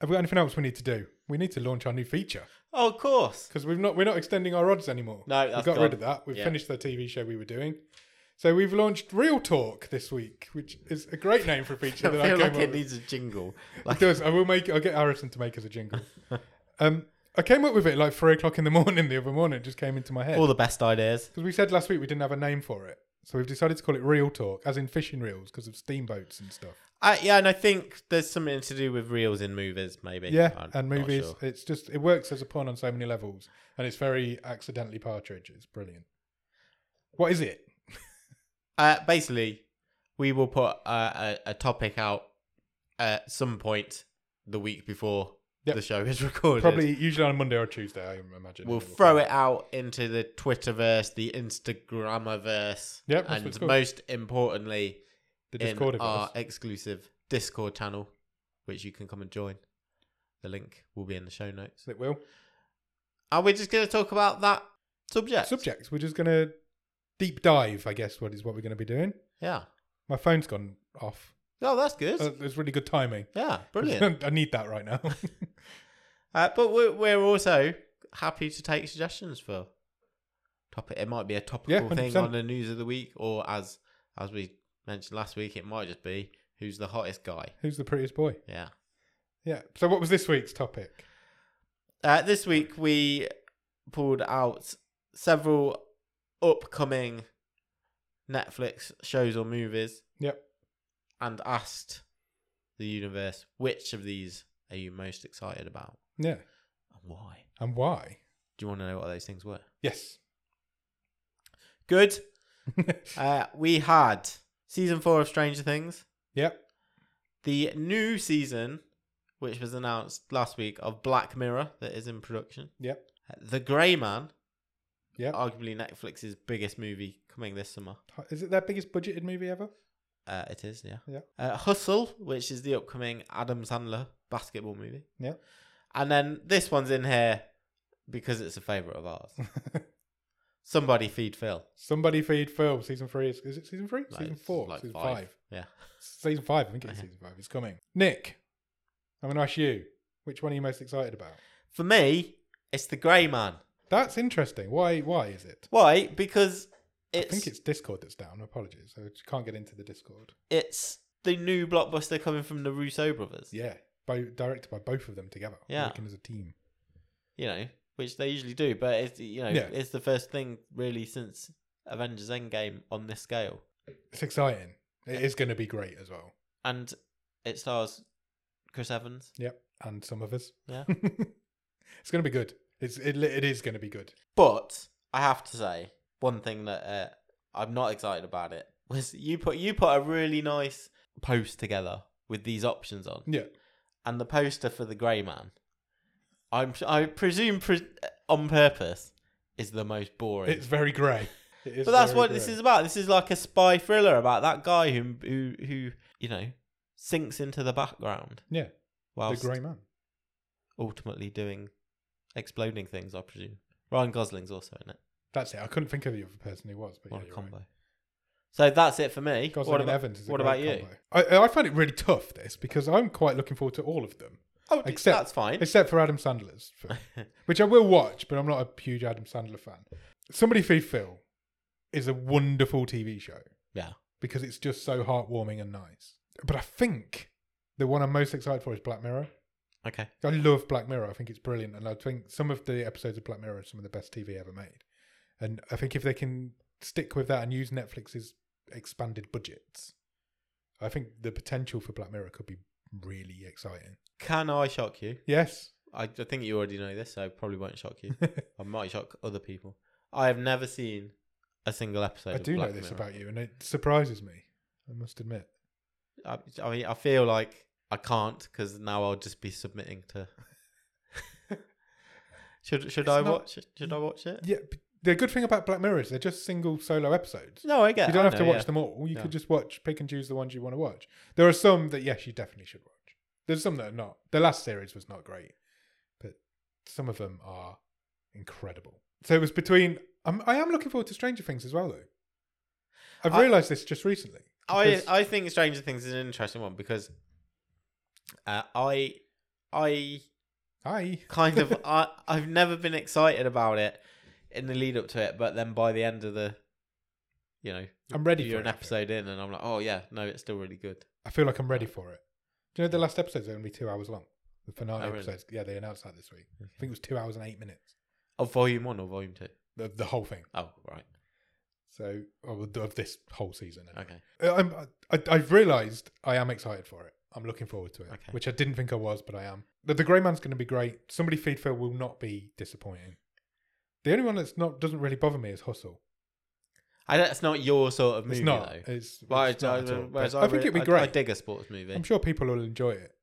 [SPEAKER 2] Have we got anything else we need to do? We need to launch our new feature
[SPEAKER 1] Oh, of course.
[SPEAKER 2] because we've not. We're not extending our odds anymore.
[SPEAKER 1] No,
[SPEAKER 2] we
[SPEAKER 1] that's
[SPEAKER 2] got
[SPEAKER 1] gone.
[SPEAKER 2] rid of that. We've
[SPEAKER 1] Yeah.
[SPEAKER 2] finished the TV show we were doing. So we've launched Real Talk this week, which is a great name for a feature
[SPEAKER 1] I
[SPEAKER 2] that I
[SPEAKER 1] feel
[SPEAKER 2] came
[SPEAKER 1] like
[SPEAKER 2] up
[SPEAKER 1] it
[SPEAKER 2] with.
[SPEAKER 1] needs a jingle.
[SPEAKER 2] It does. I will make. I'll get Harrison to make us a jingle. um, I came up with it like three o'clock in the morning the other morning. It just came into my head
[SPEAKER 1] All
[SPEAKER 2] because
[SPEAKER 1] the best ideas.
[SPEAKER 2] we said last week we didn't have a name for it, so we've decided to call it Real Talk, as in fishing reels, because of steamboats and stuff.
[SPEAKER 1] I, yeah, and I think there's something to do with reels in movies, maybe.
[SPEAKER 2] Yeah,
[SPEAKER 1] I'm
[SPEAKER 2] and
[SPEAKER 1] not
[SPEAKER 2] movies.
[SPEAKER 1] sure.
[SPEAKER 2] It's just it works as a pun on so many levels, and it's very accidentally partridge. It's brilliant. What is it?
[SPEAKER 1] Uh, basically, we will put uh, a, a topic out at some point the week before
[SPEAKER 2] Yep.
[SPEAKER 1] the show is recorded.
[SPEAKER 2] Probably usually on a Monday or Tuesday, I imagine.
[SPEAKER 1] We'll throw it out into the Twitterverse, the Instagramiverse,
[SPEAKER 2] Yep, that's what it's
[SPEAKER 1] and
[SPEAKER 2] called.
[SPEAKER 1] most importantly,
[SPEAKER 2] The
[SPEAKER 1] in
[SPEAKER 2] Discord of
[SPEAKER 1] our
[SPEAKER 2] us.
[SPEAKER 1] exclusive Discord channel, which you can come and join. The link will be in the show notes.
[SPEAKER 2] It will.
[SPEAKER 1] Are we just going to talk about that subject?
[SPEAKER 2] Subjects. We're just gonna deep dive, I guess. What is what we're gonna be doing?
[SPEAKER 1] Yeah.
[SPEAKER 2] My phone's gone off.
[SPEAKER 1] Oh, that's good.
[SPEAKER 2] Uh, it's really good timing.
[SPEAKER 1] yeah, brilliant.
[SPEAKER 2] I need that right now.
[SPEAKER 1] Uh, but we're, we're also happy to take suggestions for topic. It might be a topical thing
[SPEAKER 2] 100%.
[SPEAKER 1] on the news of the week, or as as we mentioned last week, it might just be who's the hottest guy.
[SPEAKER 2] Who's the prettiest boy?
[SPEAKER 1] Yeah.
[SPEAKER 2] Yeah. So what was this week's topic?
[SPEAKER 1] Uh, this week we pulled out several upcoming Netflix shows or movies
[SPEAKER 2] Yep.
[SPEAKER 1] and asked the universe which of these are you most excited about
[SPEAKER 2] Yeah.
[SPEAKER 1] and why.
[SPEAKER 2] And why?
[SPEAKER 1] Do you want to know what those things were?
[SPEAKER 2] Yes.
[SPEAKER 1] Good. Uh, we had season four of Stranger Things,
[SPEAKER 2] yep.
[SPEAKER 1] the new season, which was announced last week, of Black Mirror that is in production.
[SPEAKER 2] Yep.
[SPEAKER 1] Uh, The Grey Man,
[SPEAKER 2] Yep.
[SPEAKER 1] arguably Netflix's biggest movie coming this summer.
[SPEAKER 2] Is it their biggest budgeted movie ever?
[SPEAKER 1] Uh, it is, yeah.
[SPEAKER 2] Yeah.
[SPEAKER 1] Uh, Hustle, which is the upcoming Adam Sandler basketball movie.
[SPEAKER 2] Yeah.
[SPEAKER 1] And then this one's in here because it's a favourite of ours. Somebody feed Phil.
[SPEAKER 2] Somebody feed Phil. Season three is is it season three?
[SPEAKER 1] Like,
[SPEAKER 2] season four.
[SPEAKER 1] like
[SPEAKER 2] season
[SPEAKER 1] five. Uh-huh.
[SPEAKER 2] five.
[SPEAKER 1] Yeah.
[SPEAKER 2] Season five. I think it's
[SPEAKER 1] Okay.
[SPEAKER 2] season five. It's coming. Nick, I'm going to ask you. Which one are you most excited about?
[SPEAKER 1] For me, it's the Grey Man.
[SPEAKER 2] That's interesting. Why? Why is it?
[SPEAKER 1] Why? Because
[SPEAKER 2] I
[SPEAKER 1] it's
[SPEAKER 2] think it's Discord that's down. Apologies. I just can't get into the Discord.
[SPEAKER 1] it's the new blockbuster coming from the Russo brothers.
[SPEAKER 2] Yeah. Bo- directed by both of them together.
[SPEAKER 1] Yeah.
[SPEAKER 2] Working as a team.
[SPEAKER 1] You know, which they usually do, but it's you know,
[SPEAKER 2] Yeah.
[SPEAKER 1] it's the first thing really since Avengers Endgame on this scale.
[SPEAKER 2] It's exciting. It is going to be great as well.
[SPEAKER 1] And it stars Chris Evans.
[SPEAKER 2] Yep. And some of us.
[SPEAKER 1] Yeah.
[SPEAKER 2] it's going to be good. It's it, li- it is going to be good.
[SPEAKER 1] But I have to say one thing that uh, I'm not excited about it was you put you put a really nice post together with these options on.
[SPEAKER 2] Yeah.
[SPEAKER 1] and the poster for the Grey Man, I'm I presume pre- on purpose is the most boring.
[SPEAKER 2] It's very grey. It is
[SPEAKER 1] but that's
[SPEAKER 2] very
[SPEAKER 1] what this
[SPEAKER 2] grey.
[SPEAKER 1] is about. This is like a spy thriller about that guy who who who you know sinks into the background
[SPEAKER 2] Yeah.
[SPEAKER 1] whilst
[SPEAKER 2] the grey man.
[SPEAKER 1] ultimately doing exploding things, I presume. Ryan Gosling's also in it.
[SPEAKER 2] That's it. I couldn't think of the other person who was, but
[SPEAKER 1] What
[SPEAKER 2] yeah,
[SPEAKER 1] a
[SPEAKER 2] you're right.
[SPEAKER 1] combo. So that's it for me.
[SPEAKER 2] Gosling
[SPEAKER 1] what
[SPEAKER 2] and
[SPEAKER 1] about,
[SPEAKER 2] Evans is a
[SPEAKER 1] what
[SPEAKER 2] great
[SPEAKER 1] about you?
[SPEAKER 2] combo. I, I find it really tough this because I'm quite looking forward to all of them
[SPEAKER 1] Oh, d-
[SPEAKER 2] Except-
[SPEAKER 1] that's fine.
[SPEAKER 2] except for Adam Sandler's film, which I will watch, but I'm not a huge Adam Sandler fan. Somebody Feed Phil is a wonderful TV show
[SPEAKER 1] yeah.
[SPEAKER 2] because it's just so heartwarming and nice. But I think the one I'm most excited for is Black Mirror.
[SPEAKER 1] Okay.
[SPEAKER 2] I love Black Mirror. I think it's brilliant, and I think some of the episodes of Black Mirror are some of the best TV ever made. And I think if they can stick with that and use Netflix's expanded budgets, I think the potential for Black Mirror could be really exciting.
[SPEAKER 1] Can I shock you?
[SPEAKER 2] Yes,
[SPEAKER 1] I, I think you already know this, so I probably won't shock you. I might shock other people. I have never seen a single episode.
[SPEAKER 2] I
[SPEAKER 1] of
[SPEAKER 2] do know
[SPEAKER 1] Black
[SPEAKER 2] this
[SPEAKER 1] Mirror.
[SPEAKER 2] about you, and it surprises me. I must admit.
[SPEAKER 1] I, I mean, I feel like I can't because now I'll just be submitting to. should should I
[SPEAKER 2] It's not-
[SPEAKER 1] watch? it? Should I watch it?
[SPEAKER 2] Yeah, but the good thing about Black Mirror is they're just single solo episodes.
[SPEAKER 1] No, I get.
[SPEAKER 2] you don't
[SPEAKER 1] I
[SPEAKER 2] have to
[SPEAKER 1] know,
[SPEAKER 2] watch
[SPEAKER 1] yeah.
[SPEAKER 2] them all. You
[SPEAKER 1] No.
[SPEAKER 2] could just watch, pick and choose the ones you want to watch. There are some that yes, you definitely should watch. There's some that are not. The last series was not great, but some of them are incredible. So it was between. I'm, I am looking forward to Stranger Things as well, though. I've
[SPEAKER 1] I-
[SPEAKER 2] realised this just recently.
[SPEAKER 1] I
[SPEAKER 2] because-
[SPEAKER 1] I think Stranger Things is an interesting one because uh, I I
[SPEAKER 2] Hi.
[SPEAKER 1] kind of I I've never been excited about it in the lead up to it, but then by the end of the, you know,
[SPEAKER 2] I'm ready
[SPEAKER 1] you're
[SPEAKER 2] for
[SPEAKER 1] an
[SPEAKER 2] it, I think.
[SPEAKER 1] episode in, and I'm like, oh yeah, no, it's still really good.
[SPEAKER 2] I feel like I'm ready for it. Do you know the last episode's only two hours long? The finale
[SPEAKER 1] Oh, really?
[SPEAKER 2] episodes. Yeah, they announced that this week. I think it was two hours and eight minutes.
[SPEAKER 1] Oh, volume one or volume two?
[SPEAKER 2] The, the whole thing.
[SPEAKER 1] Oh, right,
[SPEAKER 2] So of of this whole season. anyway.
[SPEAKER 1] okay.
[SPEAKER 2] I'm, I, I've realised I am excited for it. I'm looking forward to it,
[SPEAKER 1] Okay.
[SPEAKER 2] which I didn't think I was, but I am. The, the Grey Man's going to be great. Somebody Feed Phil will not be disappointing. The only one that's not doesn't really bother me is Hustle.
[SPEAKER 1] I, that's not your sort of movie,
[SPEAKER 2] it's not.
[SPEAKER 1] though.
[SPEAKER 2] It's,
[SPEAKER 1] Whereas
[SPEAKER 2] it's not
[SPEAKER 1] I,
[SPEAKER 2] at all, but
[SPEAKER 1] whereas
[SPEAKER 2] I,
[SPEAKER 1] I,
[SPEAKER 2] think
[SPEAKER 1] really-
[SPEAKER 2] it'd be
[SPEAKER 1] I-
[SPEAKER 2] great.
[SPEAKER 1] I dig a sports movie.
[SPEAKER 2] I'm sure people will enjoy it.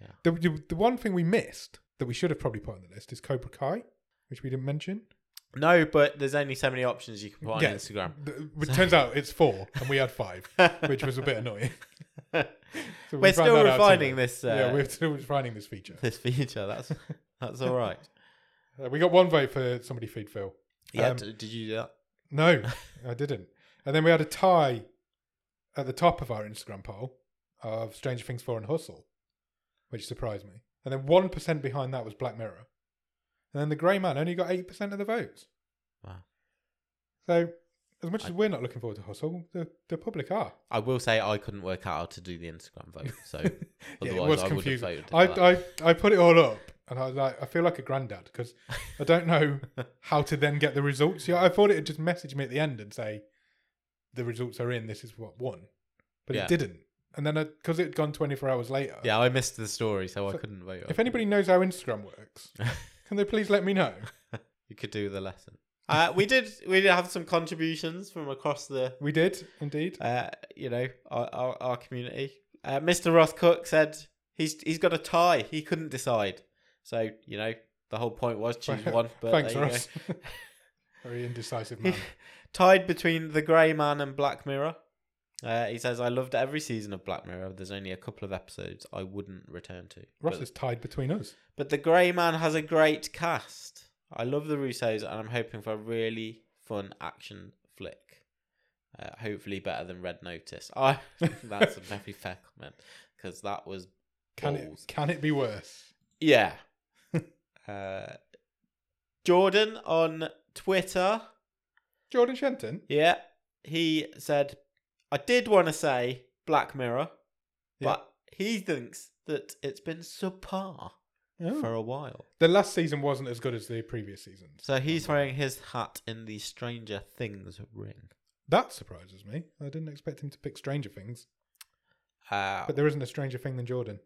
[SPEAKER 1] Yeah.
[SPEAKER 2] The, the the one thing we missed that we should have probably put on the list is Cobra Kai, which we didn't mention.
[SPEAKER 1] No, but there's only so many options you can put on
[SPEAKER 2] Yeah.
[SPEAKER 1] Instagram.
[SPEAKER 2] The- It turns out it's four, and we had five, which was a bit annoying. So we
[SPEAKER 1] We're
[SPEAKER 2] found
[SPEAKER 1] still
[SPEAKER 2] that out
[SPEAKER 1] refining
[SPEAKER 2] today.
[SPEAKER 1] this uh,
[SPEAKER 2] yeah, we're still refining this feature.
[SPEAKER 1] this feature. That's that's all right.
[SPEAKER 2] Uh, we got one vote for somebody feed Phil.
[SPEAKER 1] Yeah,
[SPEAKER 2] Um,
[SPEAKER 1] d- did you uh, do that?
[SPEAKER 2] No, I didn't. And then we had a tie at the top of our Instagram poll of Stranger Things 4 and Hustle, which surprised me. And then 1% behind that was Black Mirror. And then The Grey Man only got 8% of the votes.
[SPEAKER 1] Wow.
[SPEAKER 2] So, as much
[SPEAKER 1] I-
[SPEAKER 2] as we're not looking forward to Hustle, the, the public are.
[SPEAKER 1] I will say I couldn't work out how to do the Instagram vote, so otherwise
[SPEAKER 2] Yeah, it was
[SPEAKER 1] I would have
[SPEAKER 2] confusing.
[SPEAKER 1] voted. for
[SPEAKER 2] I,
[SPEAKER 1] that.
[SPEAKER 2] I, I put it all up and I was like, I feel like a granddad because I don't know how to then get the results. Yeah, I thought it would just message me at the end and say, the results are in, this is what won. But
[SPEAKER 1] Yeah.
[SPEAKER 2] it didn't. And then because it had gone 24 hours later,
[SPEAKER 1] yeah, I missed the story, so I
[SPEAKER 2] So,
[SPEAKER 1] couldn't vote.
[SPEAKER 2] if anybody knows how Instagram works, can they please let me know?
[SPEAKER 1] you could do the lesson. Uh, we did. We did have some contributions from across the,
[SPEAKER 2] We did, indeed.
[SPEAKER 1] uh, you know, our, our, our community. Uh, Mr. Ross Cook said he's he's got a tie. He couldn't decide, so you know the whole point was choose one. But
[SPEAKER 2] Thanks,
[SPEAKER 1] there you go.
[SPEAKER 2] Ross. Very indecisive man.
[SPEAKER 1] tied between The Grey Man and Black Mirror. Uh, he says, I loved every season of Black Mirror. There's only a couple of episodes I wouldn't return to.
[SPEAKER 2] Ross
[SPEAKER 1] But,
[SPEAKER 2] is tied between us.
[SPEAKER 1] but The Grey Man has a great cast. I love the Russos, and I'm hoping for a really fun action flick. Uh, hopefully better than Red Notice. I that's a very fair comment because that was
[SPEAKER 2] Can
[SPEAKER 1] balls.
[SPEAKER 2] it, can it be worse?
[SPEAKER 1] yeah. uh, Jordan on Twitter
[SPEAKER 2] Jordan Shenton?
[SPEAKER 1] yeah, he said, I did want to say Black Mirror,
[SPEAKER 2] Yeah.
[SPEAKER 1] but he thinks that it's been subpar
[SPEAKER 2] Oh.
[SPEAKER 1] for a while.
[SPEAKER 2] The last season wasn't as good as the previous seasons.
[SPEAKER 1] So he's throwing his hat in the Stranger Things ring.
[SPEAKER 2] That surprises me. I didn't expect him to pick Stranger Things,
[SPEAKER 1] Uh,
[SPEAKER 2] but there isn't a Stranger Thing than Jordan.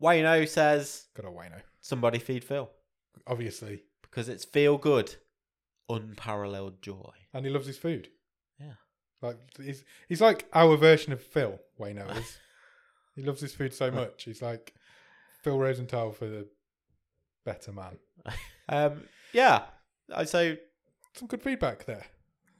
[SPEAKER 1] Wayno says,
[SPEAKER 2] Good old Wayno.
[SPEAKER 1] somebody feed Phil
[SPEAKER 2] Obviously.
[SPEAKER 1] because it's feel good, unparalleled joy.
[SPEAKER 2] And he loves his food.
[SPEAKER 1] Yeah.
[SPEAKER 2] Like he's he's like our version of Phil, Wayno is. he loves his food so much. He's like Phil Rosenthal for the better man.
[SPEAKER 1] Um, yeah, I so
[SPEAKER 2] Some good feedback there.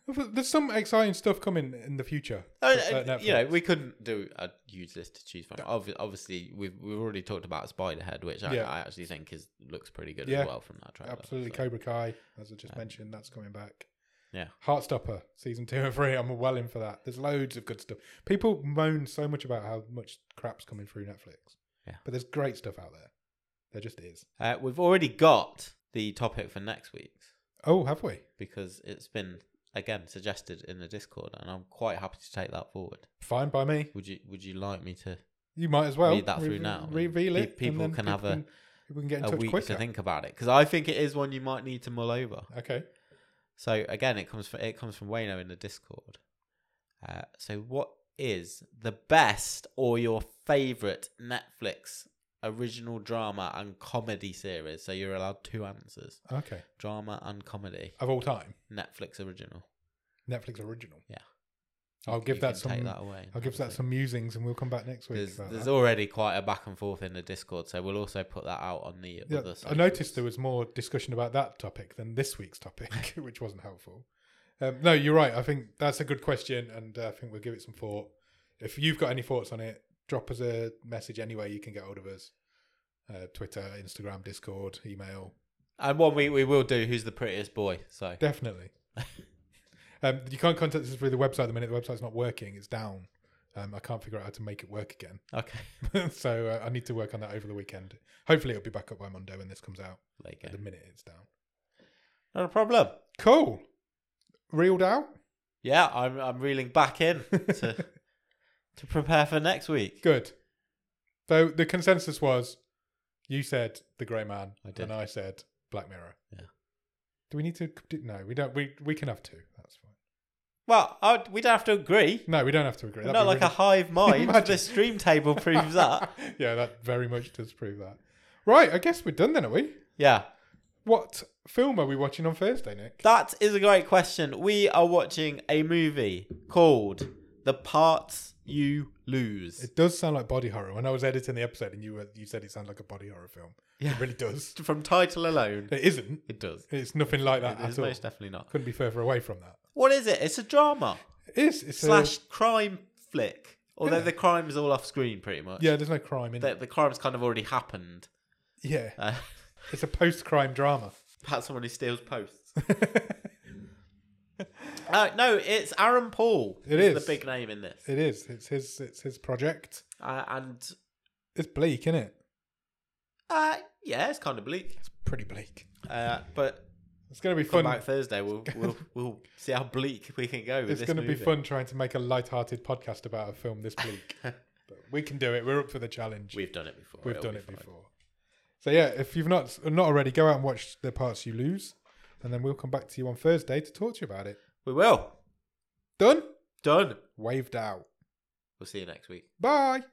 [SPEAKER 2] There's some exciting stuff coming in the future.
[SPEAKER 1] Oh,
[SPEAKER 2] for-
[SPEAKER 1] and,
[SPEAKER 2] at
[SPEAKER 1] you know,
[SPEAKER 2] Netflix.
[SPEAKER 1] we couldn't do a huge list to choose from. Obvi- Obviously, we've we've already talked about Spiderhead, which I,
[SPEAKER 2] Yeah.
[SPEAKER 1] I actually think is looks pretty good
[SPEAKER 2] Yeah.
[SPEAKER 1] as well from that trailer.
[SPEAKER 2] absolutely
[SPEAKER 1] so-
[SPEAKER 2] Cobra Kai, as I just
[SPEAKER 1] Um,
[SPEAKER 2] mentioned, that's coming back.
[SPEAKER 1] yeah.
[SPEAKER 2] Heartstopper season two and three. I'm well in for that. There's loads of good stuff. People moan so much about how much crap's coming through Netflix.
[SPEAKER 1] Yeah.
[SPEAKER 2] but there's great stuff out there. There just is.
[SPEAKER 1] Uh, we've already got the topic for next week's
[SPEAKER 2] Oh, have we?
[SPEAKER 1] because it's been again suggested in the Discord, and I'm quite happy to take that forward.
[SPEAKER 2] Fine by me.
[SPEAKER 1] Would you Would you like me to
[SPEAKER 2] You might as well
[SPEAKER 1] Read that through now.
[SPEAKER 2] Reveal
[SPEAKER 1] Pe-
[SPEAKER 2] it.
[SPEAKER 1] people
[SPEAKER 2] and then
[SPEAKER 1] can have a-
[SPEAKER 2] people can get in
[SPEAKER 1] a
[SPEAKER 2] touch
[SPEAKER 1] week
[SPEAKER 2] quicker.
[SPEAKER 1] to think about it? Because I think it is one you might need to mull over.
[SPEAKER 2] Okay.
[SPEAKER 1] So again, it comes from it comes from Wayno in the Discord. Uh, so what is the best or your favorite Netflix original drama and comedy series? So you're allowed two answers:
[SPEAKER 2] Okay.
[SPEAKER 1] drama and comedy.
[SPEAKER 2] Of all time,
[SPEAKER 1] Netflix original.
[SPEAKER 2] Netflix original.
[SPEAKER 1] Yeah.
[SPEAKER 2] I'll give
[SPEAKER 1] You
[SPEAKER 2] that
[SPEAKER 1] can
[SPEAKER 2] some.
[SPEAKER 1] Take that away.
[SPEAKER 2] I'll give that some musings, and we'll come back next week.
[SPEAKER 1] There's,
[SPEAKER 2] about
[SPEAKER 1] there's
[SPEAKER 2] that.
[SPEAKER 1] already quite a back and forth in the Discord, so we'll also put that out on the
[SPEAKER 2] Yeah,
[SPEAKER 1] other.
[SPEAKER 2] I
[SPEAKER 1] socials.
[SPEAKER 2] noticed there was more discussion about that topic than this week's topic, which wasn't helpful. Um, no, you're right. I think that's a good question, and uh, I think we'll give it some thought. If you've got any thoughts on it, drop us a message anywhere you can get hold of us: uh, Twitter, Instagram, Discord, email.
[SPEAKER 1] and one week we will do who's the prettiest boy. So
[SPEAKER 2] Definitely. um, you can't contact us through the website at the minute. The website's not working. It's down. Um, I can't figure out how to make it work again.
[SPEAKER 1] okay,
[SPEAKER 2] so uh, I need to work on that over the weekend. Hopefully, it'll be back up by Monday when this comes out.
[SPEAKER 1] there you
[SPEAKER 2] At
[SPEAKER 1] go.
[SPEAKER 2] the minute, it's down.
[SPEAKER 1] Not a problem.
[SPEAKER 2] Cool. Reeled out.
[SPEAKER 1] Yeah, I'm I'm reeling back in to to prepare for next week.
[SPEAKER 2] Good. So the consensus was you said The Grey Man,
[SPEAKER 1] I did.
[SPEAKER 2] and I said Black Mirror.
[SPEAKER 1] Yeah.
[SPEAKER 2] Do we need to? do- No, we don't. We, we can have two. That's fine.
[SPEAKER 1] Well, I, we don't have to agree.
[SPEAKER 2] No, we don't have to agree.
[SPEAKER 1] We're not like a hive mind.
[SPEAKER 2] Imagine.
[SPEAKER 1] the stream table proves that.
[SPEAKER 2] yeah, that very much does prove that. Right, I guess we're done then, are we?
[SPEAKER 1] Yeah,
[SPEAKER 2] What film are we watching on Thursday, Nick?
[SPEAKER 1] that is a great question. We are watching a movie called The Parts You Lose.
[SPEAKER 2] It does sound like body horror. When I was editing the episode, and you were you said it sounded like a body horror film.
[SPEAKER 1] Yeah.
[SPEAKER 2] It really does.
[SPEAKER 1] From title alone,
[SPEAKER 2] It isn't.
[SPEAKER 1] it does.
[SPEAKER 2] It's nothing like that at
[SPEAKER 1] It's
[SPEAKER 2] all.
[SPEAKER 1] most definitely not.
[SPEAKER 2] Couldn't be further away from that.
[SPEAKER 1] What is it? It's a drama
[SPEAKER 2] It is. It's a-
[SPEAKER 1] slash crime flick. Although
[SPEAKER 2] Yeah.
[SPEAKER 1] the crime is all off screen, pretty much.
[SPEAKER 2] yeah, there's no crime in
[SPEAKER 1] The,
[SPEAKER 2] it.
[SPEAKER 1] the crime's kind of already happened.
[SPEAKER 2] Yeah,
[SPEAKER 1] Uh,
[SPEAKER 2] it's a post-crime drama.
[SPEAKER 1] about someone who steals posts. Uh, no, it's Aaron Paul.
[SPEAKER 2] It
[SPEAKER 1] is
[SPEAKER 2] is.
[SPEAKER 1] the big name in this,
[SPEAKER 2] It is. It's his. It's his project.
[SPEAKER 1] uh, and
[SPEAKER 2] It's bleak, isn't it?
[SPEAKER 1] uh, yeah, it's kind of bleak.
[SPEAKER 2] It's pretty bleak.
[SPEAKER 1] Uh, but
[SPEAKER 2] It's going to be
[SPEAKER 1] come
[SPEAKER 2] fun.
[SPEAKER 1] back Thursday, we'll we'll we'll see how bleak we can go with
[SPEAKER 2] It's
[SPEAKER 1] this.
[SPEAKER 2] going to be
[SPEAKER 1] movie.
[SPEAKER 2] fun trying to make a light-hearted podcast about a film this bleak. but we can do it. We're up for the challenge.
[SPEAKER 1] We've done it before.
[SPEAKER 2] We've
[SPEAKER 1] it'll
[SPEAKER 2] done
[SPEAKER 1] be
[SPEAKER 2] it
[SPEAKER 1] fine.
[SPEAKER 2] before. So yeah, if you've not not already, go out and watch the parts you lose, and then we'll come back to you on Thursday to talk to you about it.
[SPEAKER 1] We will.
[SPEAKER 2] Done.
[SPEAKER 1] Done.
[SPEAKER 2] Waved out.
[SPEAKER 1] We'll see you next week.
[SPEAKER 2] Bye.